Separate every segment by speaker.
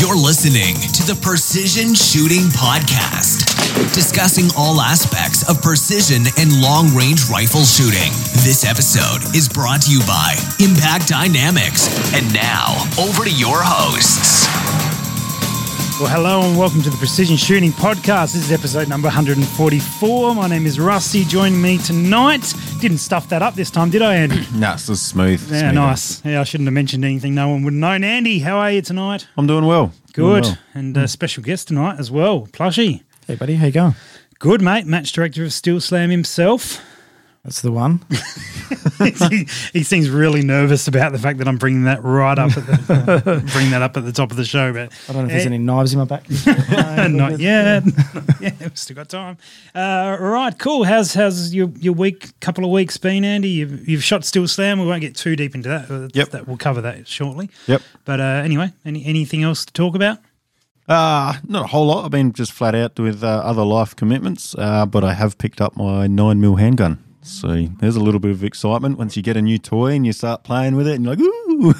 Speaker 1: You're listening to the Precision Shooting Podcast, discussing all aspects of precision and long range rifle shooting. This episode is brought to you by Impact Dynamics. And now, over to your hosts.
Speaker 2: Well, hello and welcome to the Precision Shooting Podcast. This is episode number 144. My name is Rusty. Joining me tonight. Didn't stuff that up this time, did I, Andy?
Speaker 3: No, it's just smooth.
Speaker 2: yeah,
Speaker 3: smoother.
Speaker 2: nice. Yeah, I shouldn't have mentioned anything. No one would have known. Andy, how are you tonight?
Speaker 3: I'm doing well. Doing
Speaker 2: Good.
Speaker 3: well.
Speaker 2: And uh, special guest tonight as well, Plushy.
Speaker 4: Hey, buddy, how you going?
Speaker 2: Good, mate. Match director of Steel Slam himself.
Speaker 4: That's the one.
Speaker 2: he, he seems really nervous about the fact that I'm bringing that right up at the, bring that up at the top of the show. But
Speaker 4: I don't know if there's
Speaker 2: Eh.
Speaker 4: any knives in my back.
Speaker 2: Not yet. yeah, we've still got time. Uh, right, cool. How's how's your, your week? Couple of weeks been, Andy? You've, you've shot Steel Slam. We won't get too deep into that. Uh,
Speaker 3: Yep.
Speaker 2: that we'll cover that shortly.
Speaker 3: Yep.
Speaker 2: But uh, anyway, any anything else to talk about?
Speaker 3: Uh, not a whole lot. I've been just flat out with uh, other life commitments, uh, but I have picked up my 9mm handgun. So there's a little bit of excitement once you get a new toy and you start playing with it and you're like, ooh.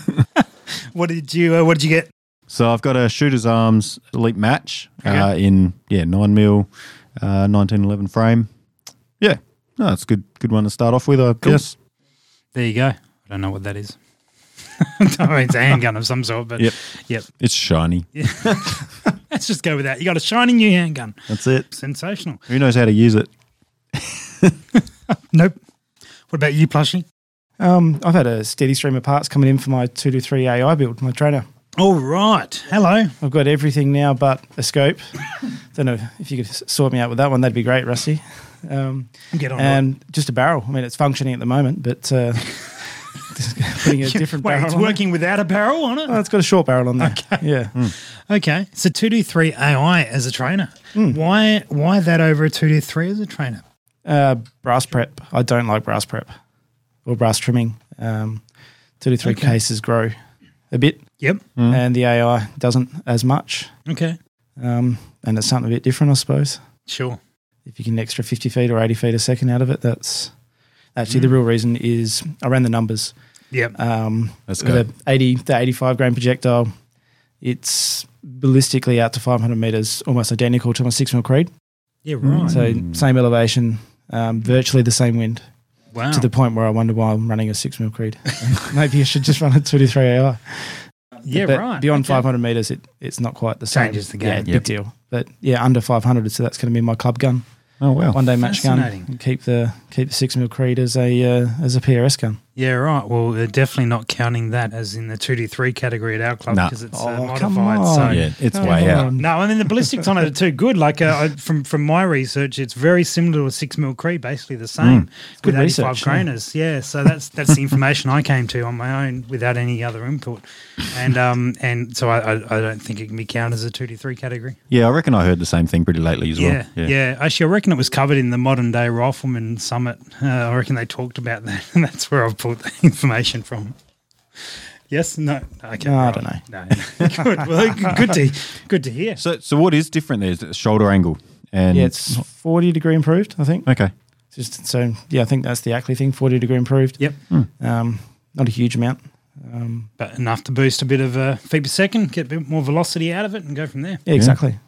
Speaker 2: What did you uh, What did you get?
Speaker 3: so I've got a Shooter's Arms Elite Match uh,
Speaker 2: Okay.
Speaker 3: in, yeah, 9mm, uh, 1911 frame. Yeah. No, it's a good, good one to start off with, I guess.
Speaker 2: There you go. I don't know what that is. I mean, it's a handgun of some sort, but
Speaker 3: Yep.
Speaker 2: yep.
Speaker 3: It's shiny.
Speaker 2: Let's just go with that. You got a shiny new handgun.
Speaker 3: That's it.
Speaker 2: Sensational.
Speaker 3: Who knows how to use it?
Speaker 2: Nope. What about you, plushie?
Speaker 4: Um, I've had a steady stream of parts coming in for my 223 AI build, my trainer.
Speaker 2: All right. Hello.
Speaker 4: I've got everything now but a scope. don't know if you could s- sort me out with that one. That'd be great, Rusty. Um,
Speaker 2: Get on. Rob.
Speaker 4: and just a barrel. I mean, it's functioning at the moment, but uh, just putting a different
Speaker 2: Wait,
Speaker 4: barrel
Speaker 2: it's
Speaker 4: on it.
Speaker 2: working without a barrel on it.
Speaker 4: Oh, it's got a short barrel on there. Yeah.
Speaker 2: Okay, so two D three AI as a trainer. Why why that over a two D three as a trainer?
Speaker 4: Uh, brass prep. I don't like brass prep or brass trimming. Um, 223
Speaker 2: Okay.
Speaker 4: cases grow a bit.
Speaker 2: Yep.
Speaker 4: and the AI doesn't as much.
Speaker 2: Okay.
Speaker 4: Um, and it's something a bit different, I suppose.
Speaker 2: Sure.
Speaker 4: If you get an extra 50 feet or 80 feet a second out of it, that's actually
Speaker 2: Mm.
Speaker 4: the real reason is I ran the numbers.
Speaker 2: Yep.
Speaker 4: Um,
Speaker 3: Let's go.
Speaker 4: the 80 to 85 grain projectile, it's ballistically out to 500 meters, almost identical to my six mil Creed.
Speaker 2: yeah. Right.
Speaker 4: So same elevation, um, virtually the same wind.
Speaker 2: wow.
Speaker 4: To the point where I wonder why I'm running a six mil Creed. Maybe I should just run a 23 AI.
Speaker 2: yeah.
Speaker 4: but
Speaker 2: right.
Speaker 4: Beyond
Speaker 2: Okay.
Speaker 4: 500 meters, it, it's not quite the same.
Speaker 2: Changes the
Speaker 4: Yeah,
Speaker 2: game.
Speaker 4: big deal. But yeah, under 500, so that's going to be my club gun,
Speaker 3: Oh, wow.
Speaker 4: one day match gun.
Speaker 2: Fascinating.
Speaker 4: And keep the keep the six mil Creed as a uh, as a PRS gun.
Speaker 2: Yeah. Right. Well, they're definitely not counting that as in the two D three category at our club
Speaker 3: Nah.
Speaker 2: because it's uh,
Speaker 4: Oh,
Speaker 2: modified.
Speaker 4: come on.
Speaker 2: So
Speaker 3: Yeah, it's
Speaker 4: Come
Speaker 3: way out.
Speaker 4: on.
Speaker 2: No, I mean the ballistics on it are too good. Like uh, I, from from my research, it's very similar to a six mil Cree, basically the same with
Speaker 4: Mm. good
Speaker 2: eighty five
Speaker 4: research, yeah.
Speaker 2: grainers. Yeah. so that's that's the information I came to on my own without any other input, and um and so I I, I don't think it can be counted as a two to three category.
Speaker 3: Yeah, I reckon I heard the same thing pretty lately as
Speaker 2: Yeah, yeah,
Speaker 3: well. yeah.
Speaker 2: Actually, I reckon it was covered in the modern day rifleman summit. Uh, I reckon they talked about that, and that's where I pulled the information from. Yes, no, okay,
Speaker 4: No, I
Speaker 2: right.
Speaker 4: don't know.
Speaker 2: No, good. Well, good to good to hear.
Speaker 3: So, so what is different there? Is it the shoulder angle? And
Speaker 4: Yeah, it's 40 degree improved, I think.
Speaker 3: okay.
Speaker 4: Just so yeah, I think that's the Ackley thing, 40 degree improved.
Speaker 2: Yep.
Speaker 4: Um, not a huge amount. Um,
Speaker 2: but enough to boost a bit of uh, feet per second, get a bit more velocity out of it, and go from there.
Speaker 4: yeah, exactly.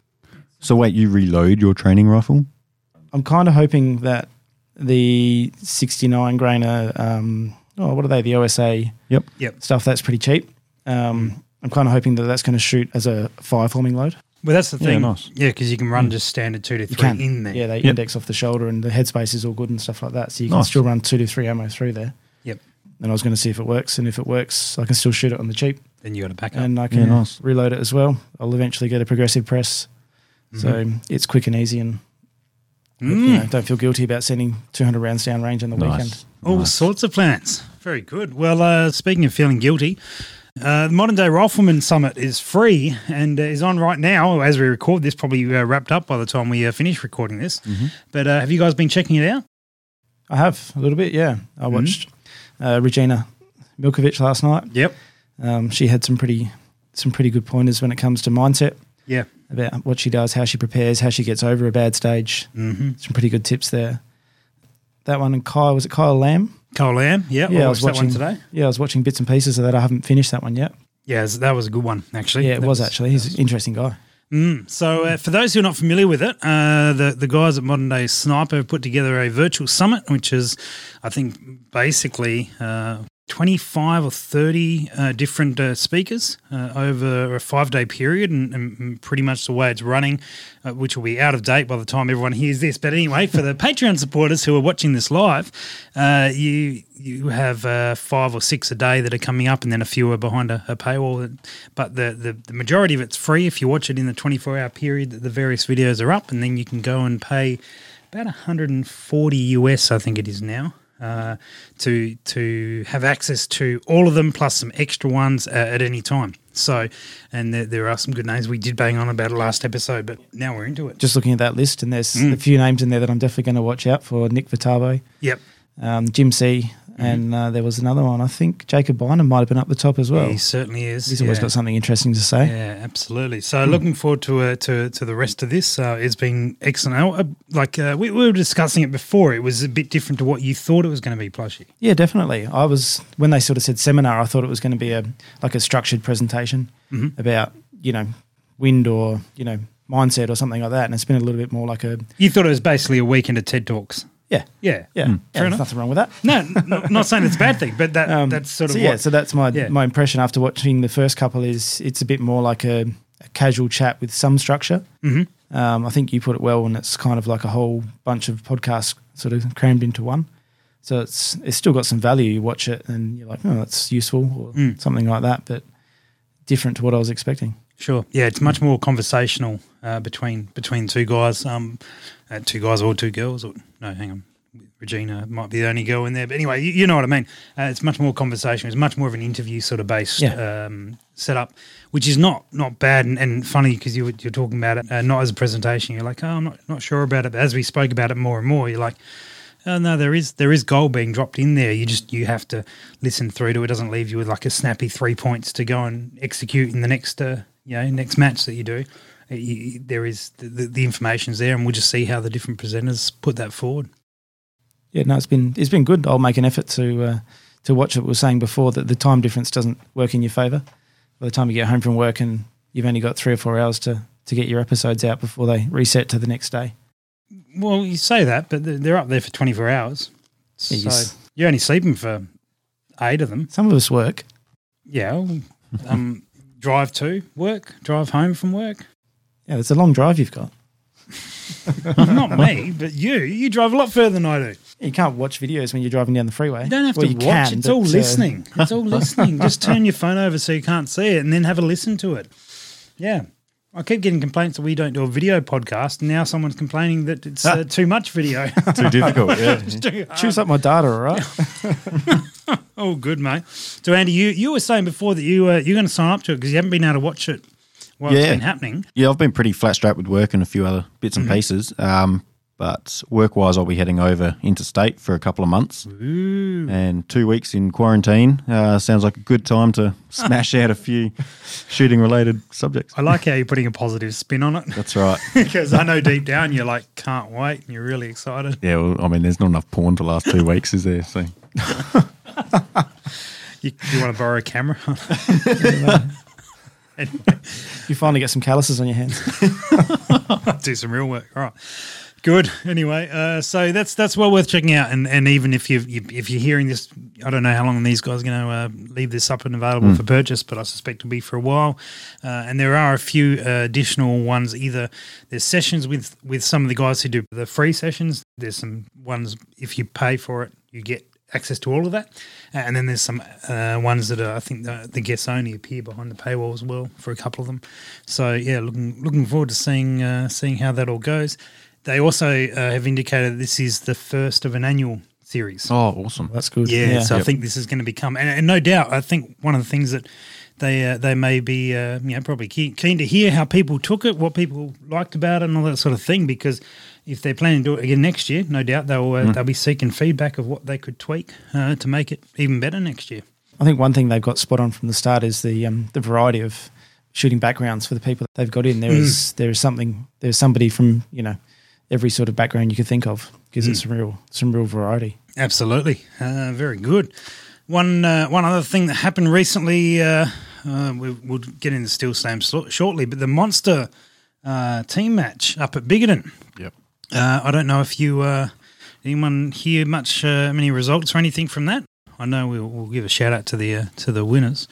Speaker 3: So wait, you reload your training rifle?
Speaker 4: I'm kind of hoping that the 69 grainer, um, oh, what are they? The OSA
Speaker 3: Yep.
Speaker 4: stuff. That's pretty cheap. Um, I'm kind of hoping that that's going to shoot as a fire forming load.
Speaker 2: Well, that's the
Speaker 3: Yeah,
Speaker 2: thing.
Speaker 3: nice.
Speaker 2: Yeah, because you can run just standard two to
Speaker 4: Mm. You
Speaker 2: three
Speaker 4: can.
Speaker 2: in there.
Speaker 4: Yeah, they
Speaker 3: Yep.
Speaker 4: index off the shoulder and the headspace is all good and stuff like that. So you can
Speaker 3: Nice.
Speaker 4: still run two to three ammo through there.
Speaker 2: Yep.
Speaker 4: And I was going to see if it works. And if it works, I can still shoot it on the cheap
Speaker 2: Then you got to back up.
Speaker 4: and I can
Speaker 3: nice.
Speaker 4: reload it as well. I'll eventually get a progressive press. So
Speaker 2: Mm-hmm.
Speaker 4: it's quick and easy and you
Speaker 2: Mm.
Speaker 4: know, don't feel guilty about sending 200 rounds down range on the weekend.
Speaker 3: Nice.
Speaker 2: All sorts of plans. Very good. Well, uh, speaking of feeling guilty, uh, the Modern Day Rifleman Summit is free and uh, is on right now as we record this. Probably uh, wrapped up by the time we uh, finish recording this.
Speaker 4: Mm-hmm.
Speaker 2: But uh, have you guys been checking it out?
Speaker 4: I have a little bit, yeah. I
Speaker 2: Mm-hmm.
Speaker 4: watched uh, Regina Milkovic last night.
Speaker 2: Yep.
Speaker 4: Um, she had some pretty some pretty good pointers when it comes to mindset.
Speaker 2: Yeah.
Speaker 4: about what she does, how she prepares, how she gets over a bad stage. Mm-hmm. Some pretty good tips there. That one and Kyle was it Kyle Lamb?
Speaker 2: Cole Lamb. Yeah. I watched that one today.
Speaker 4: Yeah, I was watching bits and pieces of that. I haven't finished that one yet.
Speaker 2: Yeah, that was a good one, actually.
Speaker 4: Yeah, it
Speaker 2: That
Speaker 4: was actually. He's an interesting guy.
Speaker 2: So, uh, for those who are not familiar with it, uh, the the guys at Modern Day Sniper have put together a virtual summit, which is, I think, basically uh, twenty five or thirty uh, different uh, speakers uh, over a five day period, and, and pretty much the way it's running, uh, which will be out of date by the time everyone hears this. But anyway, for the Patreon supporters who are watching this live, uh, you you have uh, five or six a day that are coming up, and then a few are behind a, a paywall. But the, the, the majority of it's free if you watch it in the 24 hour period that the various videos are up, and then you can go and pay about 140 US, I think it is now. Uh, to to have access to all of them plus some extra ones uh, at any time. So, and there, there are some good names. We did bang on about it last episode, but now we're into it.
Speaker 4: Just looking at that list, and there's
Speaker 2: Mm.
Speaker 4: a few names in there that I'm definitely going to watch out for. Nick Vitabo,
Speaker 2: yep,
Speaker 4: um, Jim C,
Speaker 2: Mm-hmm.
Speaker 4: and uh, there was another one. I think Jacob Bynum might have been up the top as well.
Speaker 2: he
Speaker 4: He's,
Speaker 2: certainly is.
Speaker 4: always
Speaker 2: yeah.
Speaker 4: got something interesting to say.
Speaker 2: Yeah, absolutely.
Speaker 4: Hmm.
Speaker 2: So looking forward to uh, to to the rest of this. Uh, it's been excellent. I- I- Like uh, we, we were discussing it before, it was a bit different to what you thought it was going to be. Plushy.
Speaker 4: Yeah, definitely. I was when they sort of said seminar, I thought it was going to be a like a structured presentation
Speaker 2: Mm-hmm.
Speaker 4: about you know wind or you know mindset or something like that, and it's been a little bit more like a
Speaker 2: You thought it was basically a weekend of TED talks.
Speaker 4: yeah
Speaker 2: Yeah, Hmm.
Speaker 4: yeah.
Speaker 2: Mm, Fair
Speaker 4: Fair
Speaker 2: enough.
Speaker 4: enough. Nothing wrong with that.
Speaker 2: No, n- not saying it's a bad thing, but that
Speaker 4: Um,
Speaker 2: that's sort of
Speaker 4: so
Speaker 2: what,
Speaker 4: yeah. So that's my
Speaker 2: Yeah.
Speaker 4: my impression after watching the first couple is it's a bit more like a, a casual chat with some structure. Mm-hmm. Um, I think you put it well, and it's kind of like a whole bunch of podcasts sort of crammed into one. So it's it's still got some value. You watch it and you're like, oh, that's useful or
Speaker 2: Mm.
Speaker 4: something like that, but different to what I was expecting.
Speaker 2: Sure. Yeah, it's much more conversational uh, between between two guys, um, uh, two guys or two girls. Or no, hang on, Regina might be the only girl in there. But anyway, you, you know what I mean. Uh, it's much more conversational. It's much more of an interview sort of based
Speaker 4: Yeah.
Speaker 2: um, setup, which is not not bad and, and funny because you were- you're talking about it uh, not as a presentation. You're like, oh, I'm not not sure about it. But as we spoke about it more and more, you're like. Oh, no, there is there is gold being dropped in there. You just you have to listen through to it. Doesn't leave you with like a snappy three points to go and execute in the next uh, you know next match that you do. Uh, you- there is the, the, the information's there, and we'll just see how the different presenters put that forward.
Speaker 4: Yeah, no, it's been it's been good. I'll make an effort to uh, to watch it. We were saying before that the time difference doesn't work in your favour. By the time you get home from work and you've only got three or four hours to to get your episodes out before they reset to the next day.
Speaker 2: Well, you say that, but they're- they're up there for twenty four hours, so
Speaker 4: Yeah, you s-
Speaker 2: you're only sleeping for eight of them.
Speaker 4: Some of us work.
Speaker 2: Yeah, well, um, drive to work, drive home from work.
Speaker 4: Yeah, it's a long drive you've got.
Speaker 2: Not me, but you. You drive a lot further than I do.
Speaker 4: You can't watch videos when you're driving down the freeway.
Speaker 2: You don't have
Speaker 4: Well,
Speaker 2: to
Speaker 4: you
Speaker 2: watch.
Speaker 4: can,
Speaker 2: it's all
Speaker 4: but, uh,
Speaker 2: listening. It's all listening. Just turn your phone over so you can't see it, and then have a listen to it. Yeah, I keep getting complaints that we don't do a video podcast, and now someone's complaining that it's uh, too much video.
Speaker 3: Too difficult. Yeah.
Speaker 2: Too hard.
Speaker 4: choose up my data, all right?
Speaker 2: oh, good mate. So Andy, you you were saying before that you uh, you're going to sign up to it because you haven't been able to watch it while it's
Speaker 3: Yeah.
Speaker 2: been happening.
Speaker 3: Yeah, I've been pretty flat strapped with work and a few other bits and pieces. Um, but work wise, I'll be heading over interstate for a couple of months and two weeks in quarantine. Uh, sounds like a good time to smash out a few shooting related subjects.
Speaker 2: I like how you're putting a positive spin on it
Speaker 3: That's right.
Speaker 2: because I know deep down you're like can't wait and you're really excited.
Speaker 3: Yeah, well, I mean, there's not enough porn to last two weeks, is there? So
Speaker 2: You, you want to borrow a camera? anyway.
Speaker 4: You finally get some calluses on your hands.
Speaker 2: do some real work. All right. Good. Anyway, uh, so that's that's well worth checking out. And and even if you you- if you're hearing this, I don't know how long these guys are going to uh, leave this up and available for purchase, but I suspect it'll be for a while. Uh, and there are a few uh, additional ones. Either there's sessions with with some of the guys who do the free sessions. There's some ones if you pay for it, you get access to all of that. And then there's some uh, ones that are, I think the, the guests only appear behind the paywall as well for a couple of them. So yeah, looking looking forward to seeing uh, seeing how that all goes. They also uh, have indicated this is the first of an annual series.
Speaker 3: oh, awesome.
Speaker 4: That's good.
Speaker 2: Yeah, so I
Speaker 3: Yep.
Speaker 2: think this is going to become, and, and no doubt, I think one of the things that they uh, they may be, uh, you know, probably keen, keen to hear how people took it, what people liked about it, and all that sort of thing. Because if they're planning to do it again next year, no doubt they'll uh, they'll be seeking feedback of what they could tweak uh, to make it even better next year.
Speaker 4: I think one thing they've got spot on from the start is the um, the variety of shooting backgrounds for the people that they've got in. There is there is something there's somebody from you know every sort of background you could think of gives it some real some real variety.
Speaker 2: Absolutely, uh, very good. One uh, one other thing that happened recently, uh, Uh, we, we'll get into Steel Slam slo- shortly, but the Monster uh, team match up at Bigoton.
Speaker 3: Yep.
Speaker 2: Uh, I don't know if you, uh, anyone hear much, uh, many results or anything from that. I know we'll, we'll give a shout out to the uh, to the winners.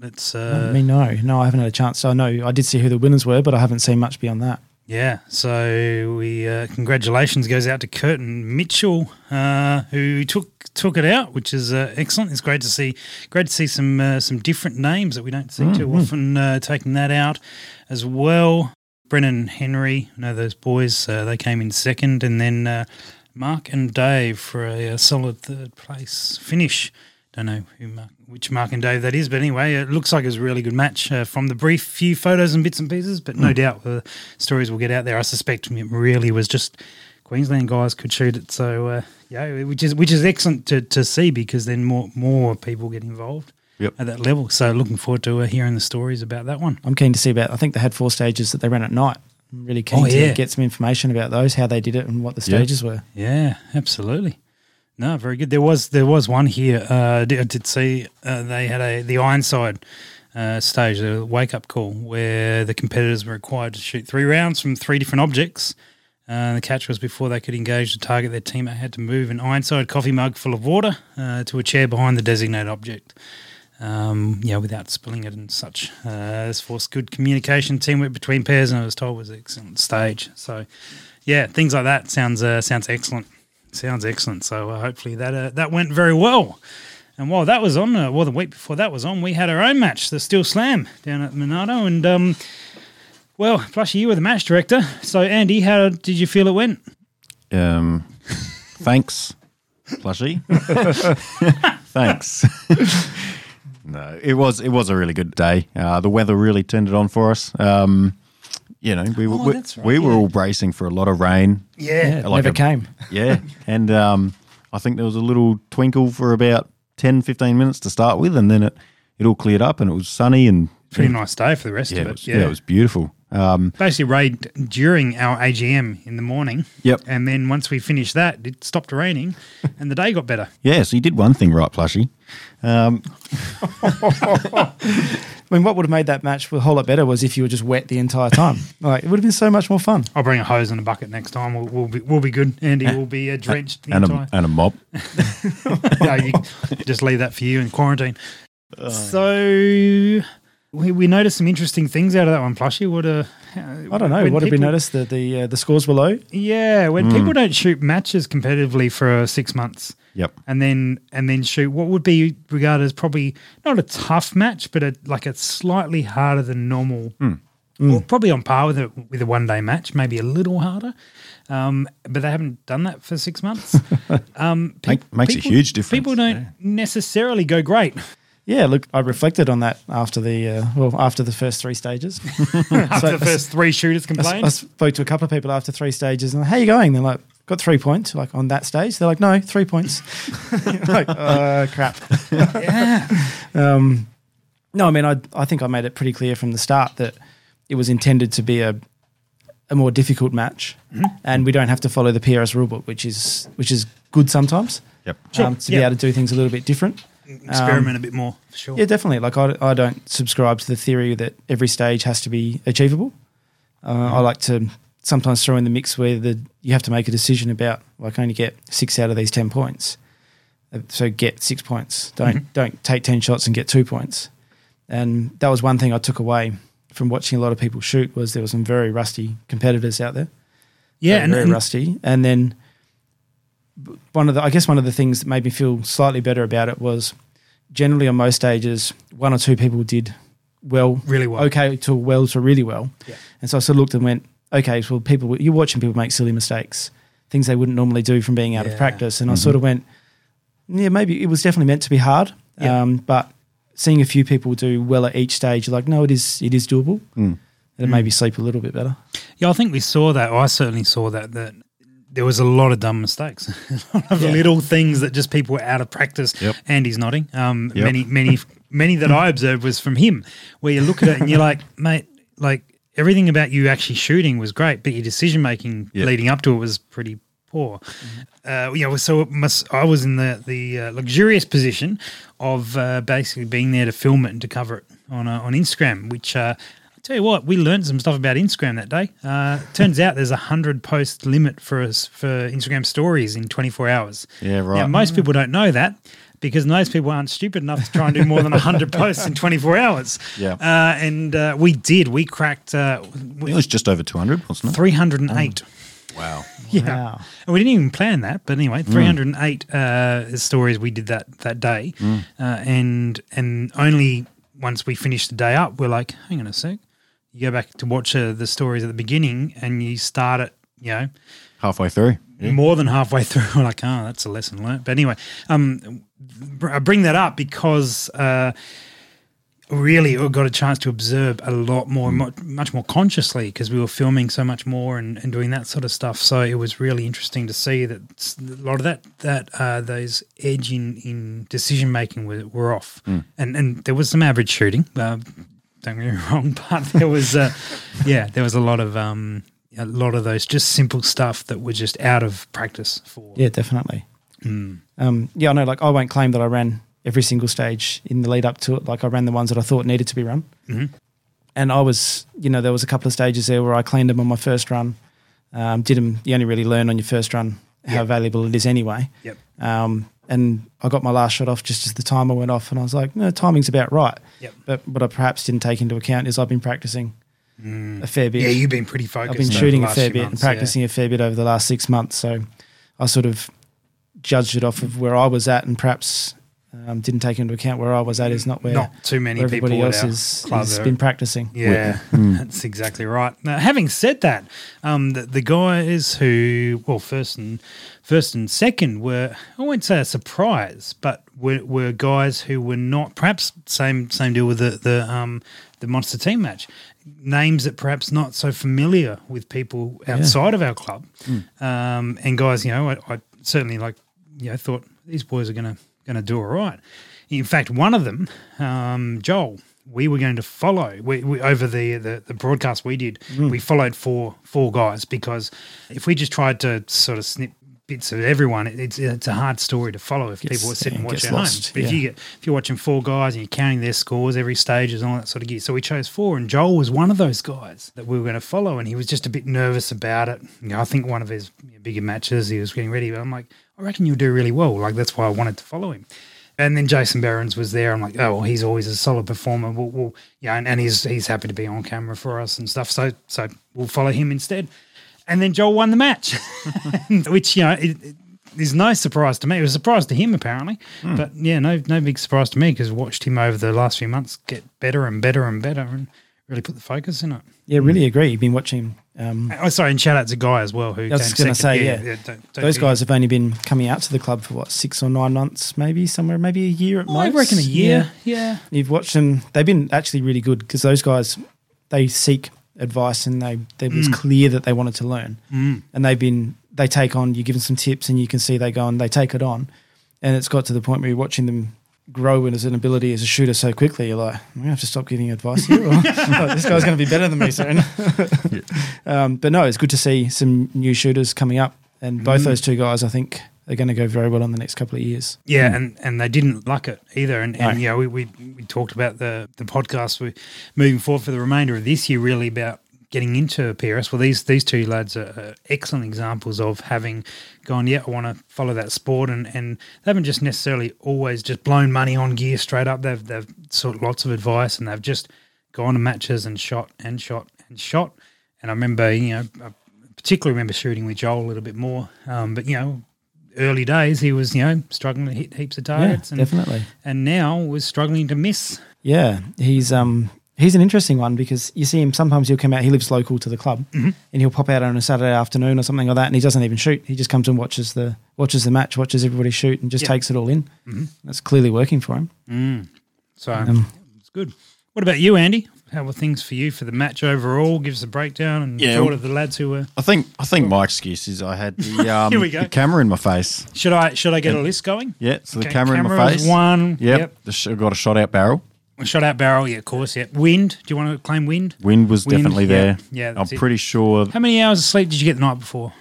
Speaker 2: Let's uh,
Speaker 4: I mean, no, no, I haven't had a chance. So I know I did see who the winners were, but I haven't seen much beyond that.
Speaker 2: Yeah, so we uh, congratulations goes out to Curtin Mitchell, uh, who took took it out, which is uh, excellent. It's great to see, great to see some uh, some different names that we don't see too often uh, taking that out as well. Brennan Henry, I know those boys, uh, they came in second, and then uh, Mark and Dave for a, uh solid third place finish. Don't know who Mark, which Mark and Dave that is, but anyway, it looks like it was a really good match uh, from the brief few photos and bits and pieces. But no doubt the stories will get out there. I suspect it really was just Queensland guys could shoot it. So uh, yeah, which is which is excellent to, to see because then more more people get involved
Speaker 3: Yep.
Speaker 2: at that level. So looking forward to uh, hearing the stories about that one.
Speaker 4: I'm keen to see about. I think they had four stages that they ran at night. I'm really keen
Speaker 2: Oh,
Speaker 4: to
Speaker 2: yeah.
Speaker 4: get some information about those, how they did it, and what the
Speaker 3: Yeah.
Speaker 4: stages were.
Speaker 2: Yeah, absolutely. No, very good. There was there was one here. Uh, I did, I did see uh, they had a the Ironside uh, stage, the wake up call, where the competitors were required to shoot three rounds from three different objects. Uh, the catch was before they could engage the target, their teammate had to move an Ironside coffee mug full of water uh, to a chair behind the designated object. Um, yeah, without spilling it and such. Uh, this forced good communication, teamwork between pairs, and I was told was an excellent stage. So, yeah, things like that sounds uh, sounds excellent. Sounds excellent. So uh, hopefully that uh, that went very well. And while that was on, uh, well, the week before that was on, we had our own match, the Steel Slam, down at Monado. And um, well, Plushy, you were the match director. So Andy, how did you feel it went?
Speaker 3: Um, thanks, plushie. thanks. no, it was it was a really good day. Uh, the weather really turned it on for us. Um, you know, we were
Speaker 2: Oh,
Speaker 3: we,
Speaker 2: that's right,
Speaker 3: we were
Speaker 2: yeah.
Speaker 3: all bracing for a lot of rain.
Speaker 4: Yeah, it
Speaker 3: like
Speaker 4: never
Speaker 3: a-
Speaker 4: came.
Speaker 3: Yeah, and um, I think there was a little twinkle for about 10, 15 minutes to start with, and then it it all cleared up and it was sunny and
Speaker 2: Pretty nice day for the rest
Speaker 3: yeah,
Speaker 2: of
Speaker 3: it
Speaker 2: it.
Speaker 3: was, yeah. it was beautiful. Um,
Speaker 2: basically rained during our AGM in the morning.
Speaker 3: Yep.
Speaker 2: And then once we finished that, it stopped raining, and the day got better.
Speaker 3: yeah, so you did one thing right, plushie.
Speaker 4: I mean, what would have made that match a whole lot better was if you were just wet the entire time. like, it would have been so much more fun.
Speaker 2: I'll bring a hose and a bucket next time. We'll, we'll be we'll be good. Andy will be uh, drenched the
Speaker 3: and
Speaker 2: entire.
Speaker 3: a, and a mob.
Speaker 2: no, you just leave that for you in quarantine.
Speaker 4: Oh,
Speaker 2: so we, we noticed some interesting things out of that one, Plushy. What a
Speaker 4: I don't know.
Speaker 2: when
Speaker 4: what have we
Speaker 2: people-
Speaker 4: noticed? Hmm. That the uh, the scores were low.
Speaker 2: Yeah, when people don't shoot matches competitively for six months,
Speaker 3: Yep.
Speaker 2: and then and then shoot what would be regarded as probably not a tough match, but a, like a slightly harder than normal.
Speaker 3: Hmm.
Speaker 2: Well, probably on par with a with a one day match, maybe a little harder. Um, but they haven't done that for six months. um, pe-
Speaker 3: Make- makes a
Speaker 2: people-
Speaker 3: huge difference.
Speaker 2: People don't necessarily go great
Speaker 4: Yeah, look, I reflected on that after the uh, well after the first three stages.
Speaker 2: after the first three shooters
Speaker 4: I, s- I
Speaker 2: complained.
Speaker 4: spoke to a couple of people after three stages, and how you going? They're like, got three points, like on that stage. They're like, no, three points. like, uh, crap.
Speaker 2: Yeah.
Speaker 4: Um, no, I mean, I I think I made it pretty clear from the start that it was intended to be a a more difficult match,
Speaker 2: Mm-hmm.
Speaker 4: and we don't have to follow the PRS rulebook, which is which is good sometimes.
Speaker 3: Yep.
Speaker 4: Um, to
Speaker 2: yeah.
Speaker 4: be able to do things a little bit different.
Speaker 2: Experiment a bit more, for sure.
Speaker 4: Yeah, definitely. Like I, I don't subscribe to the theory that every stage has to be achievable. Uh, I like to sometimes throw in the mix where the you have to make a decision about well, I can only get six out of these ten points, Uh, so get six points. Don't don't take ten shots and get two points. And that was one thing I took away from watching a lot of people shoot was there were some very rusty competitors out there
Speaker 2: Yeah,
Speaker 4: yeah,
Speaker 2: and,
Speaker 4: very
Speaker 2: and-
Speaker 4: rusty. And then b- one of the, I guess one of the things that made me feel slightly better about it was generally on most stages, one or two people did well,
Speaker 2: Really well.
Speaker 4: okay to well to really well.
Speaker 2: Yeah.
Speaker 4: And so I sort of looked and went, okay, well, people, you're watching people make silly mistakes, things they wouldn't normally do from being out
Speaker 2: Yeah. Mm-hmm.
Speaker 4: of practice. And I sort of went, yeah, maybe it was definitely meant to be hard,
Speaker 2: Yeah.
Speaker 4: um, but seeing a few people do well at each stage, you're like, no, it is, it is doable. And it made me
Speaker 2: Mm.
Speaker 4: sleep a little bit better.
Speaker 2: Yeah, I think we saw that. I certainly saw that. That there was a lot of dumb mistakes, a lot of little things that just people were out of practice.
Speaker 3: Yep.
Speaker 2: Andy's nodding. Um,
Speaker 3: Yep.
Speaker 2: Many, many, many that I observed was from him, where you look at it and you're like, mate, like everything about you actually shooting was great, but your decision making
Speaker 3: Yep.
Speaker 2: leading up to it was pretty poor. Uh, you know, so it must, I was in the the uh, luxurious position of uh, basically being there to film it and to cover it on uh, on Instagram. Which uh, I tell you what, we learned some stuff about Instagram that day. Uh, turns out there's a hundred post limit for us for Instagram stories in 24 hours.
Speaker 3: Yeah,
Speaker 2: Now,
Speaker 3: right.
Speaker 2: most people don't know that. Because most people aren't stupid enough to try and do more than 100 posts in 24 hours.
Speaker 3: Yeah.
Speaker 2: Uh, and uh, we did. We cracked uh,
Speaker 3: It was just over 200, wasn't it?
Speaker 2: 308.
Speaker 3: Wow.
Speaker 2: Yeah.
Speaker 4: Wow.
Speaker 2: And we didn't even plan that, but anyway, 308 uh, stories we did that that day, uh, and and only once we finished the day up, we're like, hang on a sec. You go back to watch uh, the stories at the beginning, and you start it, you know,
Speaker 3: Halfway through.
Speaker 2: more than halfway through. We're like, oh, that's a lesson learned. But anyway, um, br- I bring that up because uh, really I got a chance to observe a lot more, much, much more consciously because we were filming so much more and, and doing that sort of stuff. So it was really interesting to see that s- a lot of that that uh, those edge in, in decision making were, were off, and and there was some average shooting. Uh, don't get me wrong, but there was, uh, yeah, there was a lot of um, a lot of those just simple stuff that were just out of practice for.
Speaker 4: Yeah, definitely.
Speaker 2: Hmm.
Speaker 4: Um, yeah, I know. Like, I won't claim that I ran every single stage in the lead up to it. Like, I ran the ones that I thought needed to be run.
Speaker 2: Mm-hmm.
Speaker 4: And I was, you know, there was a couple of stages there where I cleaned them on my first run. Um, did them. You only really learn on your first run how valuable it is anyway.
Speaker 2: Yep.
Speaker 4: Um, and I got my last shot off just as the timer went off, and I was like, no, timing's about right.
Speaker 2: Yep.
Speaker 4: But what I perhaps didn't take into account is I've been practicing a fair bit.
Speaker 2: Hmm. Yeah, you've been pretty
Speaker 4: I've
Speaker 2: focused.
Speaker 4: been
Speaker 2: over the
Speaker 4: shooting a
Speaker 2: last
Speaker 4: fair
Speaker 2: few
Speaker 4: bit and
Speaker 2: months, yeah.
Speaker 4: practicing a fair bit over the last six months. So I sort of judged it off of where I was at and perhaps um, didn't take into account where I was at is not where,
Speaker 2: Not too many
Speaker 4: where
Speaker 2: people
Speaker 4: everybody
Speaker 2: at
Speaker 4: else
Speaker 2: our
Speaker 4: is,
Speaker 2: club
Speaker 4: has
Speaker 2: are-
Speaker 4: been practicing.
Speaker 2: Yeah, that's exactly right. Now, having said that, um, the, the guys who, well, first and first and second were, I won't say a surprise, but were, were guys who were not perhaps same same deal with the the um, the monster team match. Names that perhaps not so familiar with people outside of our club,
Speaker 4: Mm.
Speaker 2: um, and guys, you know, I, I certainly like, you know, thought these boys are gonna gonna do all right. In fact, one of them, um, Joel, we were going to follow we, we, over the, the the broadcast we did.
Speaker 4: Hmm.
Speaker 2: We followed four four guys because if we just tried to sort of snip bits of everyone, it, it's it's a hard story to follow if
Speaker 4: Gets-
Speaker 2: people were sitting and
Speaker 4: yeah,
Speaker 2: watch
Speaker 4: gets
Speaker 2: at
Speaker 4: lost,
Speaker 2: home. But if
Speaker 4: yeah.
Speaker 2: you get if you're watching four guys and you're counting their scores, every stages and all that sort of gear. So we chose four, and Joel was one of those guys that we were going to follow, and he was just a bit nervous about it. You know, I think one of his bigger matches, he was getting ready. But I'm like, I reckon you'll do really well. Like that's why I wanted to follow him. And then Jason Barons was there. I'm like, oh, well, he's always a solid performer. We'll, we'll yeah, and, and he's he's happy to be on camera for us and stuff. So so we'll follow him instead. And then Joel won the match, which you know it, it is no surprise to me. It was a surprise to him apparently,
Speaker 4: Hmm.
Speaker 2: but yeah, no no big surprise to me because watched him over the last few months get better and better and better and really put the focus in it.
Speaker 4: Yeah, really agree. You've been watching. Um,
Speaker 2: Oh, sorry, and shout out to Guy as well who
Speaker 4: I was
Speaker 2: came
Speaker 4: just going to
Speaker 2: second.
Speaker 4: say, yeah,
Speaker 2: don't- don't
Speaker 4: those
Speaker 2: be-
Speaker 4: guys have only been coming out to the club for what six or nine months, maybe somewhere, maybe a year at
Speaker 2: Oh, I
Speaker 4: most.
Speaker 2: reckon a
Speaker 4: Yeah.
Speaker 2: year, yeah.
Speaker 4: You've watched them. They've been actually really good because those guys, they seek advice and they, they was clear that they wanted to learn. Mm. And they've been, they take on, you give them some tips and you can see they go and they take it on. And it's got to the point where you're watching them grow in as an ability as a shooter so quickly, you're like, I'm going to have to stop giving advice here. Or, "Oh, this guy's going to be better than me soon. um, but no, it's good to see some new shooters coming up. And both those two guys, I think, are going to go very well in the next couple of years.
Speaker 2: Yeah, and, and they didn't luck it either. And, and
Speaker 4: No.
Speaker 2: yeah, we, we, we talked about the, the podcast we moving forward for the remainder of this year, really about getting into PRS. Well, these these two lads are, are excellent examples of having gone, yeah, I want to follow that sport. And, and they haven't just necessarily always just blown money on gear straight up. They've, they've sought lots of advice and they've just gone to matches and shot and shot and shot. And I remember, you know, I particularly remember shooting with Joel a little bit more. Um, but, you know, early days he was you know struggling to hit heaps of targets and
Speaker 4: definitely.
Speaker 2: and now was struggling to miss
Speaker 4: Yeah, he's um he's an interesting one because you see him sometimes he'll come out. He lives local to the club, and he'll pop out on a Saturday afternoon or something like that, and he doesn't even shoot. He just comes and watches the watches the match, watches everybody shoot, and just
Speaker 2: Yeah.
Speaker 4: takes it all in. That's clearly working for him.
Speaker 2: so it's good what about you andy how were things for you for the match overall give us a breakdown and
Speaker 3: Yeah.
Speaker 2: all of the lads who were
Speaker 3: I think I think my excuse is I had the, um,
Speaker 2: Here we go.
Speaker 3: the camera in my face.
Speaker 2: should i should i get a list going
Speaker 3: Yeah, so the
Speaker 2: Okay,
Speaker 3: camera in my
Speaker 2: camera was
Speaker 3: face.
Speaker 2: one.
Speaker 3: Yep.
Speaker 2: Yep.
Speaker 3: The sh- I got a shot out barrel.
Speaker 2: shot out barrel yeah of course yeah wind do you want to claim wind
Speaker 3: Wind was
Speaker 2: Wind,
Speaker 3: definitely
Speaker 2: yeah.
Speaker 3: there.
Speaker 2: Yeah,
Speaker 3: I'm
Speaker 2: that's it.
Speaker 3: pretty sure
Speaker 2: how many hours of sleep did you get the night before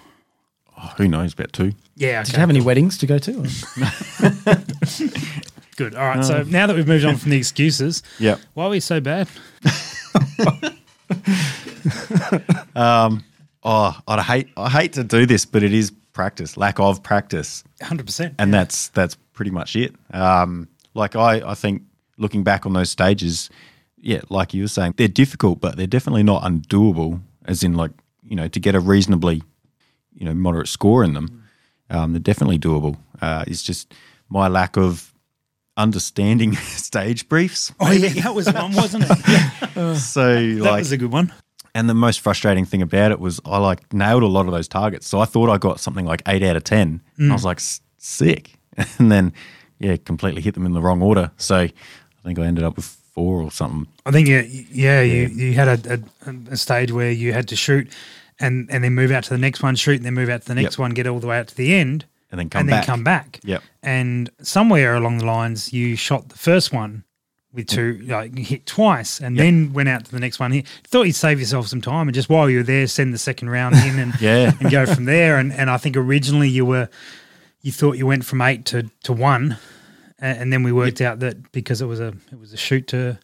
Speaker 3: Oh, who knows? About two.
Speaker 2: Yeah.
Speaker 4: Did
Speaker 2: Okay.
Speaker 4: you have any weddings to go to? Or?
Speaker 2: Good. All right.
Speaker 3: Oh.
Speaker 2: so now that we've moved on from the excuses,
Speaker 3: Yep.
Speaker 2: why are we so bad?
Speaker 3: Oh, I hate I hate to do this, but it is practice. Lack of practice.
Speaker 2: 100%.
Speaker 3: and that's that's pretty much it. Um, like I, I think looking back on those stages, yeah, like you were saying, they're difficult, but they're definitely not undoable. As in, like you know, to get a reasonably, you know, moderate score in them, um, they're definitely doable. Uh, it's just my lack of understanding stage briefs.
Speaker 2: Oh, yeah. That was one, wasn't it?
Speaker 3: So
Speaker 2: That
Speaker 3: like,
Speaker 2: was a good one.
Speaker 3: and the most frustrating thing about it was I like nailed a lot of those targets. So I thought I got something like eight out of 10. And I
Speaker 2: Mm.
Speaker 3: was like, "S- sick. And then, yeah, completely hit them in the wrong order. So I think I ended up with four or something.
Speaker 2: I think yeah, yeah, you you had a, a, a stage where you had to shoot and and then move out to the next one, shoot and then move out to the next
Speaker 3: Yep.
Speaker 2: one, get all the way out to the end,
Speaker 3: And then come
Speaker 2: and then
Speaker 3: back.
Speaker 2: come back.
Speaker 3: Yep.
Speaker 2: And somewhere along the lines, you shot the first one with two,
Speaker 3: Mm.
Speaker 2: like you hit twice, and then went out to the next one. You thought you'd save yourself some time, and just while you were there, send the second round in and
Speaker 3: Yeah.
Speaker 2: and go from there. And and I think originally you were you thought you went from eight to to one, a- and, then we worked out that because it was a it was a shoot to.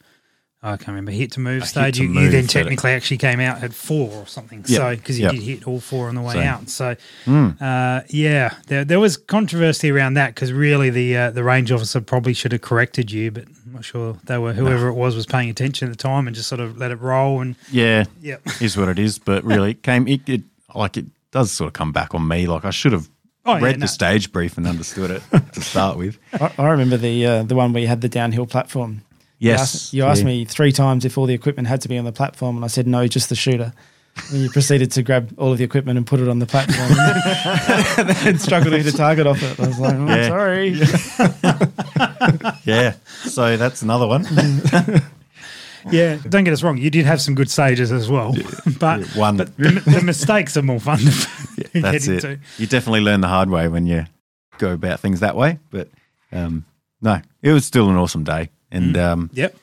Speaker 2: I can't remember hit to move
Speaker 3: hit
Speaker 2: stage.
Speaker 3: to
Speaker 2: you, you
Speaker 3: move,
Speaker 2: then
Speaker 3: that it-
Speaker 2: technically actually came out at four or something.
Speaker 3: Yeah,
Speaker 2: So because you
Speaker 3: yeah. Hmm.
Speaker 2: did hit all four on the way
Speaker 3: So-
Speaker 2: out. So uh, yeah, there, there was controversy around that because really the uh, the range officer probably should have corrected you, but I'm not sure they were whoever it was was paying attention at the time and just sort of let it roll and
Speaker 3: Yeah.
Speaker 2: yeah.
Speaker 3: Is what it is. But really, it came, it, it, like, it does sort of come back on me. Like, I should have
Speaker 2: Oh, yeah,
Speaker 3: read
Speaker 2: no.
Speaker 3: the stage brief and understood it to start with.
Speaker 4: I, I remember the uh, the one where you had the downhill platform. You
Speaker 3: Yes.
Speaker 4: asked- You asked,
Speaker 3: Yeah.
Speaker 4: me three times if all the equipment had to be on the platform, and I said no, just the shooter. And you proceeded to grab all of the equipment and put it on the platform, and then struggled to hit a target off it. I was like, oh,
Speaker 3: Yeah.
Speaker 4: sorry.
Speaker 3: Yeah. So that's another one.
Speaker 2: Yeah, don't get us wrong. You did have some good stages as well, but
Speaker 3: yeah, one.
Speaker 2: But the, the mistakes are more fun to to
Speaker 3: That's
Speaker 2: get
Speaker 3: it.
Speaker 2: into.
Speaker 3: You definitely learn the hard way when you go about things that way. But um, no, it was still an awesome day. And um,
Speaker 2: Yep.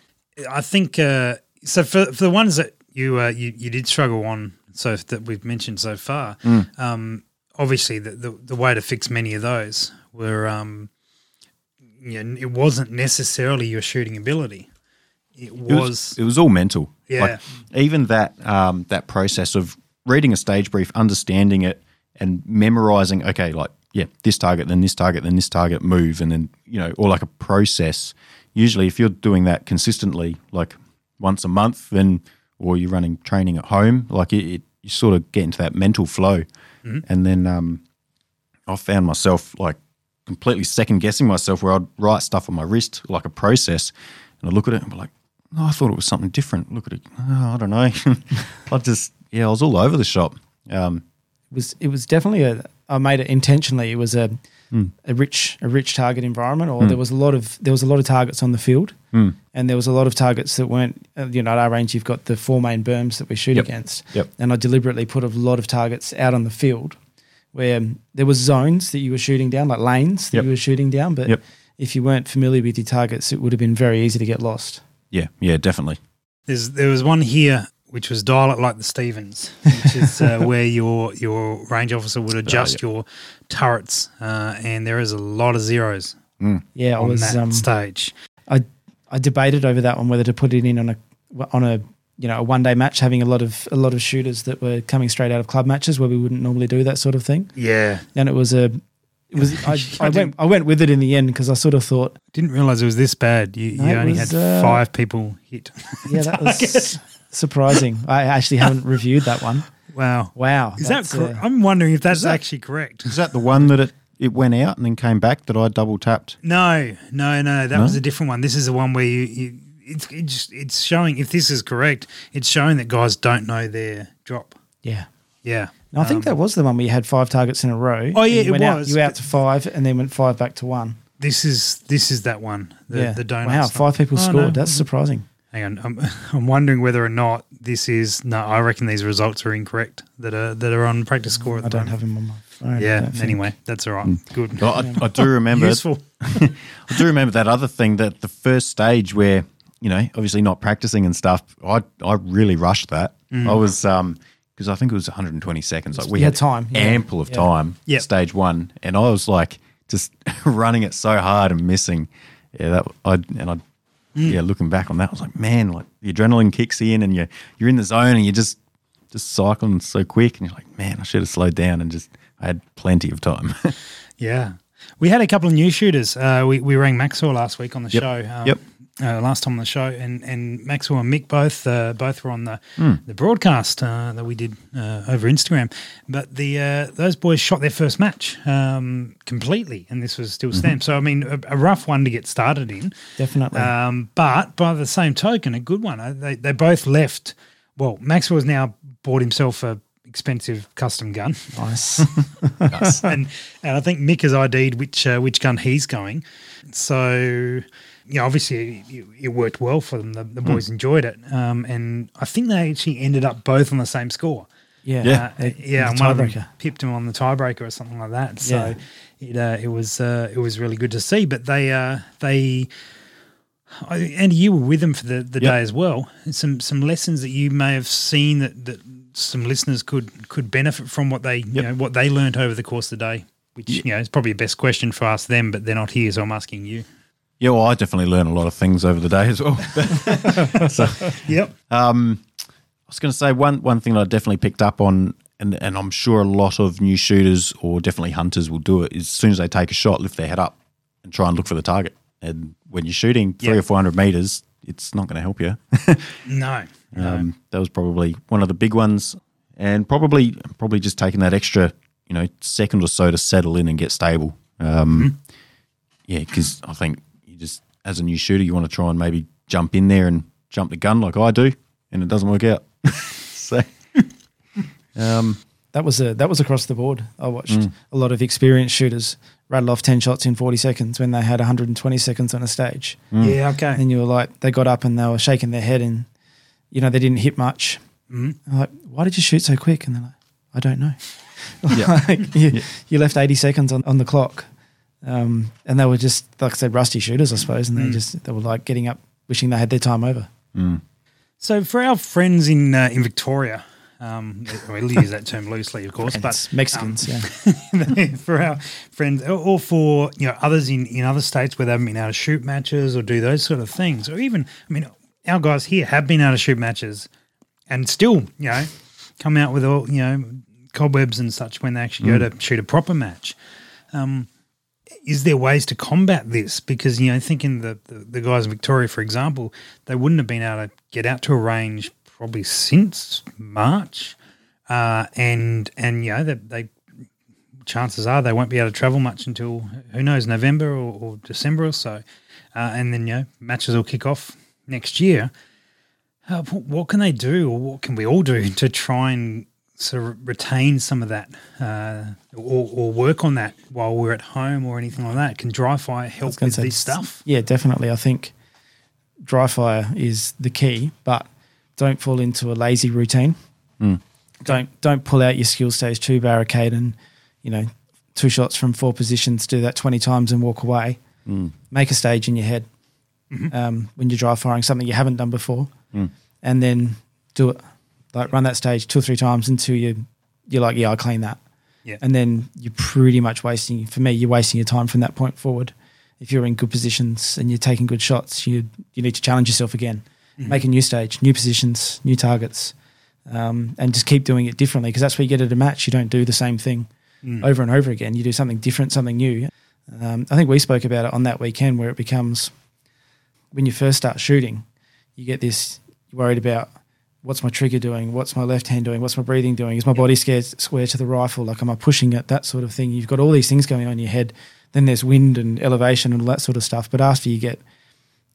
Speaker 2: I think uh, so. For, for the ones that you, uh, you you did struggle on, so that we've mentioned so far, um, obviously the, the the way to fix many of those were, um, you know, it wasn't necessarily your shooting ability. It
Speaker 3: it
Speaker 2: was,
Speaker 3: was it was all mental.
Speaker 2: Yeah.
Speaker 3: even that um, that process of reading a stage brief, understanding it, and memorizing. Okay, like yeah, this target, then this target, then this target, move, and then you know, or like a process. Usually, if you're doing that consistently, like once a month, then or you're running training at home, like it, it you sort of get into that mental flow, and then um, I found myself like completely second guessing myself where I'd write stuff on my wrist like a process and I'd look at it and be like, no, I thought it was something different. Look at it. Oh, I don't know. I just, yeah, I was all over the shop. Um,
Speaker 4: It was it was definitely a I made it intentionally. It was a
Speaker 3: Hmm.
Speaker 4: a rich a rich target environment, or there was a lot of there was a lot of targets on the field,
Speaker 3: Hmm.
Speaker 4: and there was a lot of targets that weren't. uh, You know, at our range, you've got the four main berms that we shoot
Speaker 3: Yep.
Speaker 4: against,
Speaker 3: Yep.
Speaker 4: and I deliberately put a lot of targets out on the field where um, there was zones that you were shooting down, like lanes that
Speaker 3: Yep.
Speaker 4: you were shooting down, but
Speaker 3: Yep.
Speaker 4: if you weren't familiar with your targets, it would have been very easy to get lost.
Speaker 3: yeah, yeah, definitely.
Speaker 2: There's, there was one here which was dial it like the Stevens, which is uh, where your your range officer would adjust your turrets, uh, and there is a lot of zeros
Speaker 4: Yeah, I
Speaker 2: on
Speaker 4: was
Speaker 2: that
Speaker 4: um,
Speaker 2: stage.
Speaker 4: I I debated over that one whether to put it in on a on a you know a one day match having a lot of a lot of shooters that were coming straight out of club matches where we wouldn't normally do that sort of thing
Speaker 2: Yeah,
Speaker 4: and it was a it was I, I went I went with it in the end because I sort of thought
Speaker 2: didn't realize it was this bad. You,
Speaker 4: No,
Speaker 2: you
Speaker 4: it
Speaker 2: only
Speaker 4: was,
Speaker 2: had
Speaker 4: uh,
Speaker 2: five people hit.
Speaker 4: yeah that was surprising I actually haven't reviewed that one
Speaker 2: Wow,
Speaker 4: wow
Speaker 2: is that?
Speaker 4: that's,
Speaker 2: Cor-
Speaker 4: uh,
Speaker 2: I'm wondering if that's
Speaker 3: that-
Speaker 2: actually correct.
Speaker 3: Is that the one that it, it went out and then came back that I double tapped?
Speaker 2: No, no, no. That
Speaker 3: No?
Speaker 2: was a different one. This is the one where you. you it's, it's it's showing if this is correct, it's showing that guys don't know their drop.
Speaker 4: yeah.
Speaker 2: Yeah,
Speaker 4: No, I think
Speaker 2: Um,
Speaker 4: that was the one where you had five targets in a row.
Speaker 2: Oh,
Speaker 4: and
Speaker 2: yeah,
Speaker 4: you
Speaker 2: it
Speaker 4: went out-
Speaker 2: was,
Speaker 4: you were out
Speaker 2: but-
Speaker 4: to five and then went five back to one.
Speaker 2: this is this is that one. The,
Speaker 4: yeah,
Speaker 2: the donut.
Speaker 4: Wow, five people
Speaker 2: Oh,
Speaker 4: scored.
Speaker 2: no.
Speaker 4: That's surprising.
Speaker 2: Hang on, I'm, I'm wondering whether or not this is. No, I reckon these results are incorrect that are that are on practice score. At
Speaker 4: Mm, I
Speaker 2: the
Speaker 4: don't
Speaker 2: moment.
Speaker 4: have him on my phone. I
Speaker 2: Yeah.
Speaker 4: don't think. Mm.
Speaker 2: Anyway, that's all right. Good.
Speaker 3: I, I, I do remember.
Speaker 2: Useful.
Speaker 3: I do remember that other thing that the first stage where you know obviously not practicing and stuff. I I really rushed that. I was um because I think it was 120 seconds. Like we
Speaker 4: Mm. Yeah,
Speaker 3: had
Speaker 4: time, yeah.
Speaker 3: ample of time.
Speaker 2: Yep.
Speaker 3: Stage one, and I was like just running it so hard and missing. Yeah, that I and I.
Speaker 4: Mm.
Speaker 3: Yeah, looking back on that, I was like, man, like the adrenaline kicks in and you're you're in the zone and you're just just cycling so quick and you're like, man, I should have slowed down and just I had plenty of time.
Speaker 2: Yeah. We had a couple of new shooters. Uh, we, we rang Maxwell last week on the show. Um,
Speaker 3: Yep.
Speaker 2: Uh, last time on the show, and, and Maxwell and Mick both uh, both were on the
Speaker 3: Hmm.
Speaker 2: the broadcast uh, that we did uh, over Instagram. But the uh, those boys shot their first match um, completely, and this was still
Speaker 3: Mm-hmm.
Speaker 2: stamped. So I mean, a, a rough one to get started in.
Speaker 4: Definitely.
Speaker 2: Um, but by the same token, a good one. Uh, They, they both left. Well, Maxwell's now bought himself a expensive custom gun,
Speaker 4: Nice.
Speaker 2: and and I think Mick has ID'd which uh, which gun he's going. So, you know, obviously it, it worked well for them. The, the boys enjoyed it, um, and I think they actually ended up both on the same score.
Speaker 4: Yeah.
Speaker 3: Yeah.
Speaker 2: Uh, yeah, and
Speaker 4: the
Speaker 2: one of them
Speaker 4: tiebreaker.
Speaker 2: pipped him on the tiebreaker or something like that. So it uh, it was uh, it was really good to see. But they uh, they I, and you were with them for the, the
Speaker 3: Yep.
Speaker 2: day as well. And some some lessons that you may have seen that, that some listeners could could benefit from what they you
Speaker 3: Yep.
Speaker 2: know what they learned over the course of the day. Which you know is probably the best question for us them, but they're not here, so I'm asking you.
Speaker 3: yeah, well, I definitely learned a lot of things over the day as well.
Speaker 2: Yep.
Speaker 3: I was going to say one one thing that I definitely picked up on, and and I'm sure a lot of new shooters or definitely hunters will do it. Is as soon as they take a shot, lift their head up and try and look for the target. And when you're shooting three
Speaker 2: Yeah.
Speaker 3: or four hundred meters, it's not going to help you.
Speaker 2: No.
Speaker 3: Um, that was probably one of the big ones, and probably probably just taking that extra you know second or so to settle in and get stable. Um, Yeah, because I think you just as a new shooter, you want to try and maybe jump in there and jump the gun like I do, and it doesn't work out. so um,
Speaker 4: That was a that was across the board. I watched
Speaker 3: Mm.
Speaker 4: a lot of experienced shooters rattle off ten shots in forty seconds when they had one hundred and twenty seconds on a stage.
Speaker 3: Mm.
Speaker 2: Yeah. Okay.
Speaker 4: And you were like, they got up and they were shaking their head, and you know they didn't hit much.
Speaker 2: Mm.
Speaker 4: I'm like, why did you shoot so quick? And they're like, I don't know.
Speaker 3: Yeah.
Speaker 4: like, you, you left eighty seconds on, on the clock, um, and they were just like I said, rusty shooters, I suppose,
Speaker 3: Mm.
Speaker 4: and they just they were like getting up, wishing they had their time over.
Speaker 2: So for our friends in uh, in Victoria, um, we use that term loosely, of course,
Speaker 4: And
Speaker 2: but um,
Speaker 4: it's Mexicans, yeah.
Speaker 2: for our friends or- or for you know others in, in other states where they haven't been able to shoot matches or do those sort of things or even i mean our guys here have been able to shoot matches and still you know come out with all you know cobwebs and such when they actually go to shoot a proper match um, is there ways to combat this because you know thinking the, the, the guys in victoria for example they wouldn't have been able to get out to a range probably since march uh, and and you know they, they chances are they won't be able to travel much until who knows November or, or December or so, uh, and then you know matches will kick off next year. Uh, wh- what can they do, or what can we all do to try and sort of retain some of that, uh, or, or work on that while we're at home or anything like that? Can dry fire help
Speaker 4: gonna
Speaker 2: with
Speaker 4: say,
Speaker 2: this stuff?
Speaker 4: Yeah, definitely. I think dry fire is the key, but don't fall into a lazy routine. Don't don't pull out your skill stage two barricade and you know two shots from four positions. Do that twenty times and walk away. Make a stage in your head
Speaker 2: Mm-hmm.
Speaker 4: um, when you're dry firing something you haven't done before, and then do it. Like run that stage two or three times until you you're like, yeah, I clean that
Speaker 2: Yeah,
Speaker 4: and then you're pretty much wasting for me you're wasting your time from that point forward if you're in good positions and you're taking good shots you you need to challenge yourself again make a new stage new positions new targets um, and just keep doing it differently because that's where you get at a match you don't do the same thing over and over again you do something different something new um, i think we spoke about it on that weekend where it becomes when you first start shooting you get this you're worried about what's my trigger doing? What's my left hand doing? What's my breathing doing? Is my body scared square to the rifle? Like, am I pushing it? That sort of thing. You've got all these things going on in your head. Then there's wind and elevation and all that sort of stuff. But after you get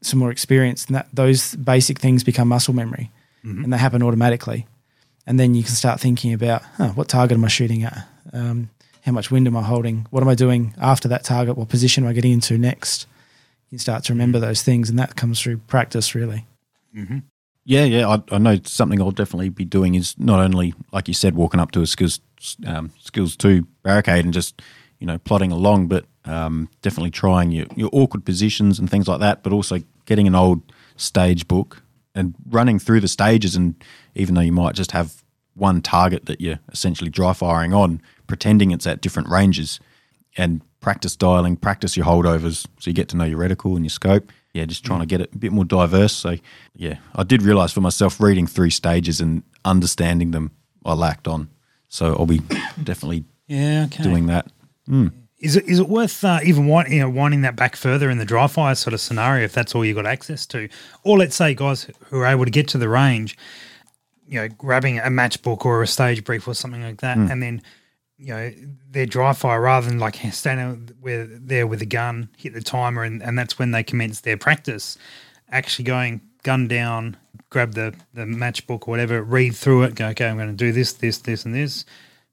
Speaker 4: some more experience, and that those basic things become muscle memory, and they happen automatically. And then you can start thinking about huh, what target am I shooting at? Um, how much wind am I holding? What am I doing after that target? What position am I getting into next? You start to remember those things, and that comes through practice, really.
Speaker 3: yeah, yeah, I, I know something I'll definitely be doing is not only like you said, walking up to a skills um, skills two barricade and just you know plodding along, but um, definitely trying your, your awkward positions and things like that, but also getting an old stage book and running through the stages. And even though you might just have one target that you're essentially dry firing on, pretending it's at different ranges, and practice dialing, practice your holdovers, so you get to know your reticle and your scope. Yeah, just trying to get it a bit more diverse. So yeah, I did realize for myself reading through stages and understanding them, I lacked on. So I'll be definitely
Speaker 2: Yeah, okay.
Speaker 3: doing that.
Speaker 2: Is it is it worth uh, even wind, you know, winding that back further in the dry fire sort of scenario if that's all you got access to, or let's say guys who are able to get to the range, you know, grabbing a matchbook or a stage brief or something like that, and then you know their dry fire rather than like standing where there with a gun, hit the timer, and, and that's when they commence their practice, actually going gun down, grab the the matchbook or whatever, read through it, go okay, I'm going to do this, this, this, and this,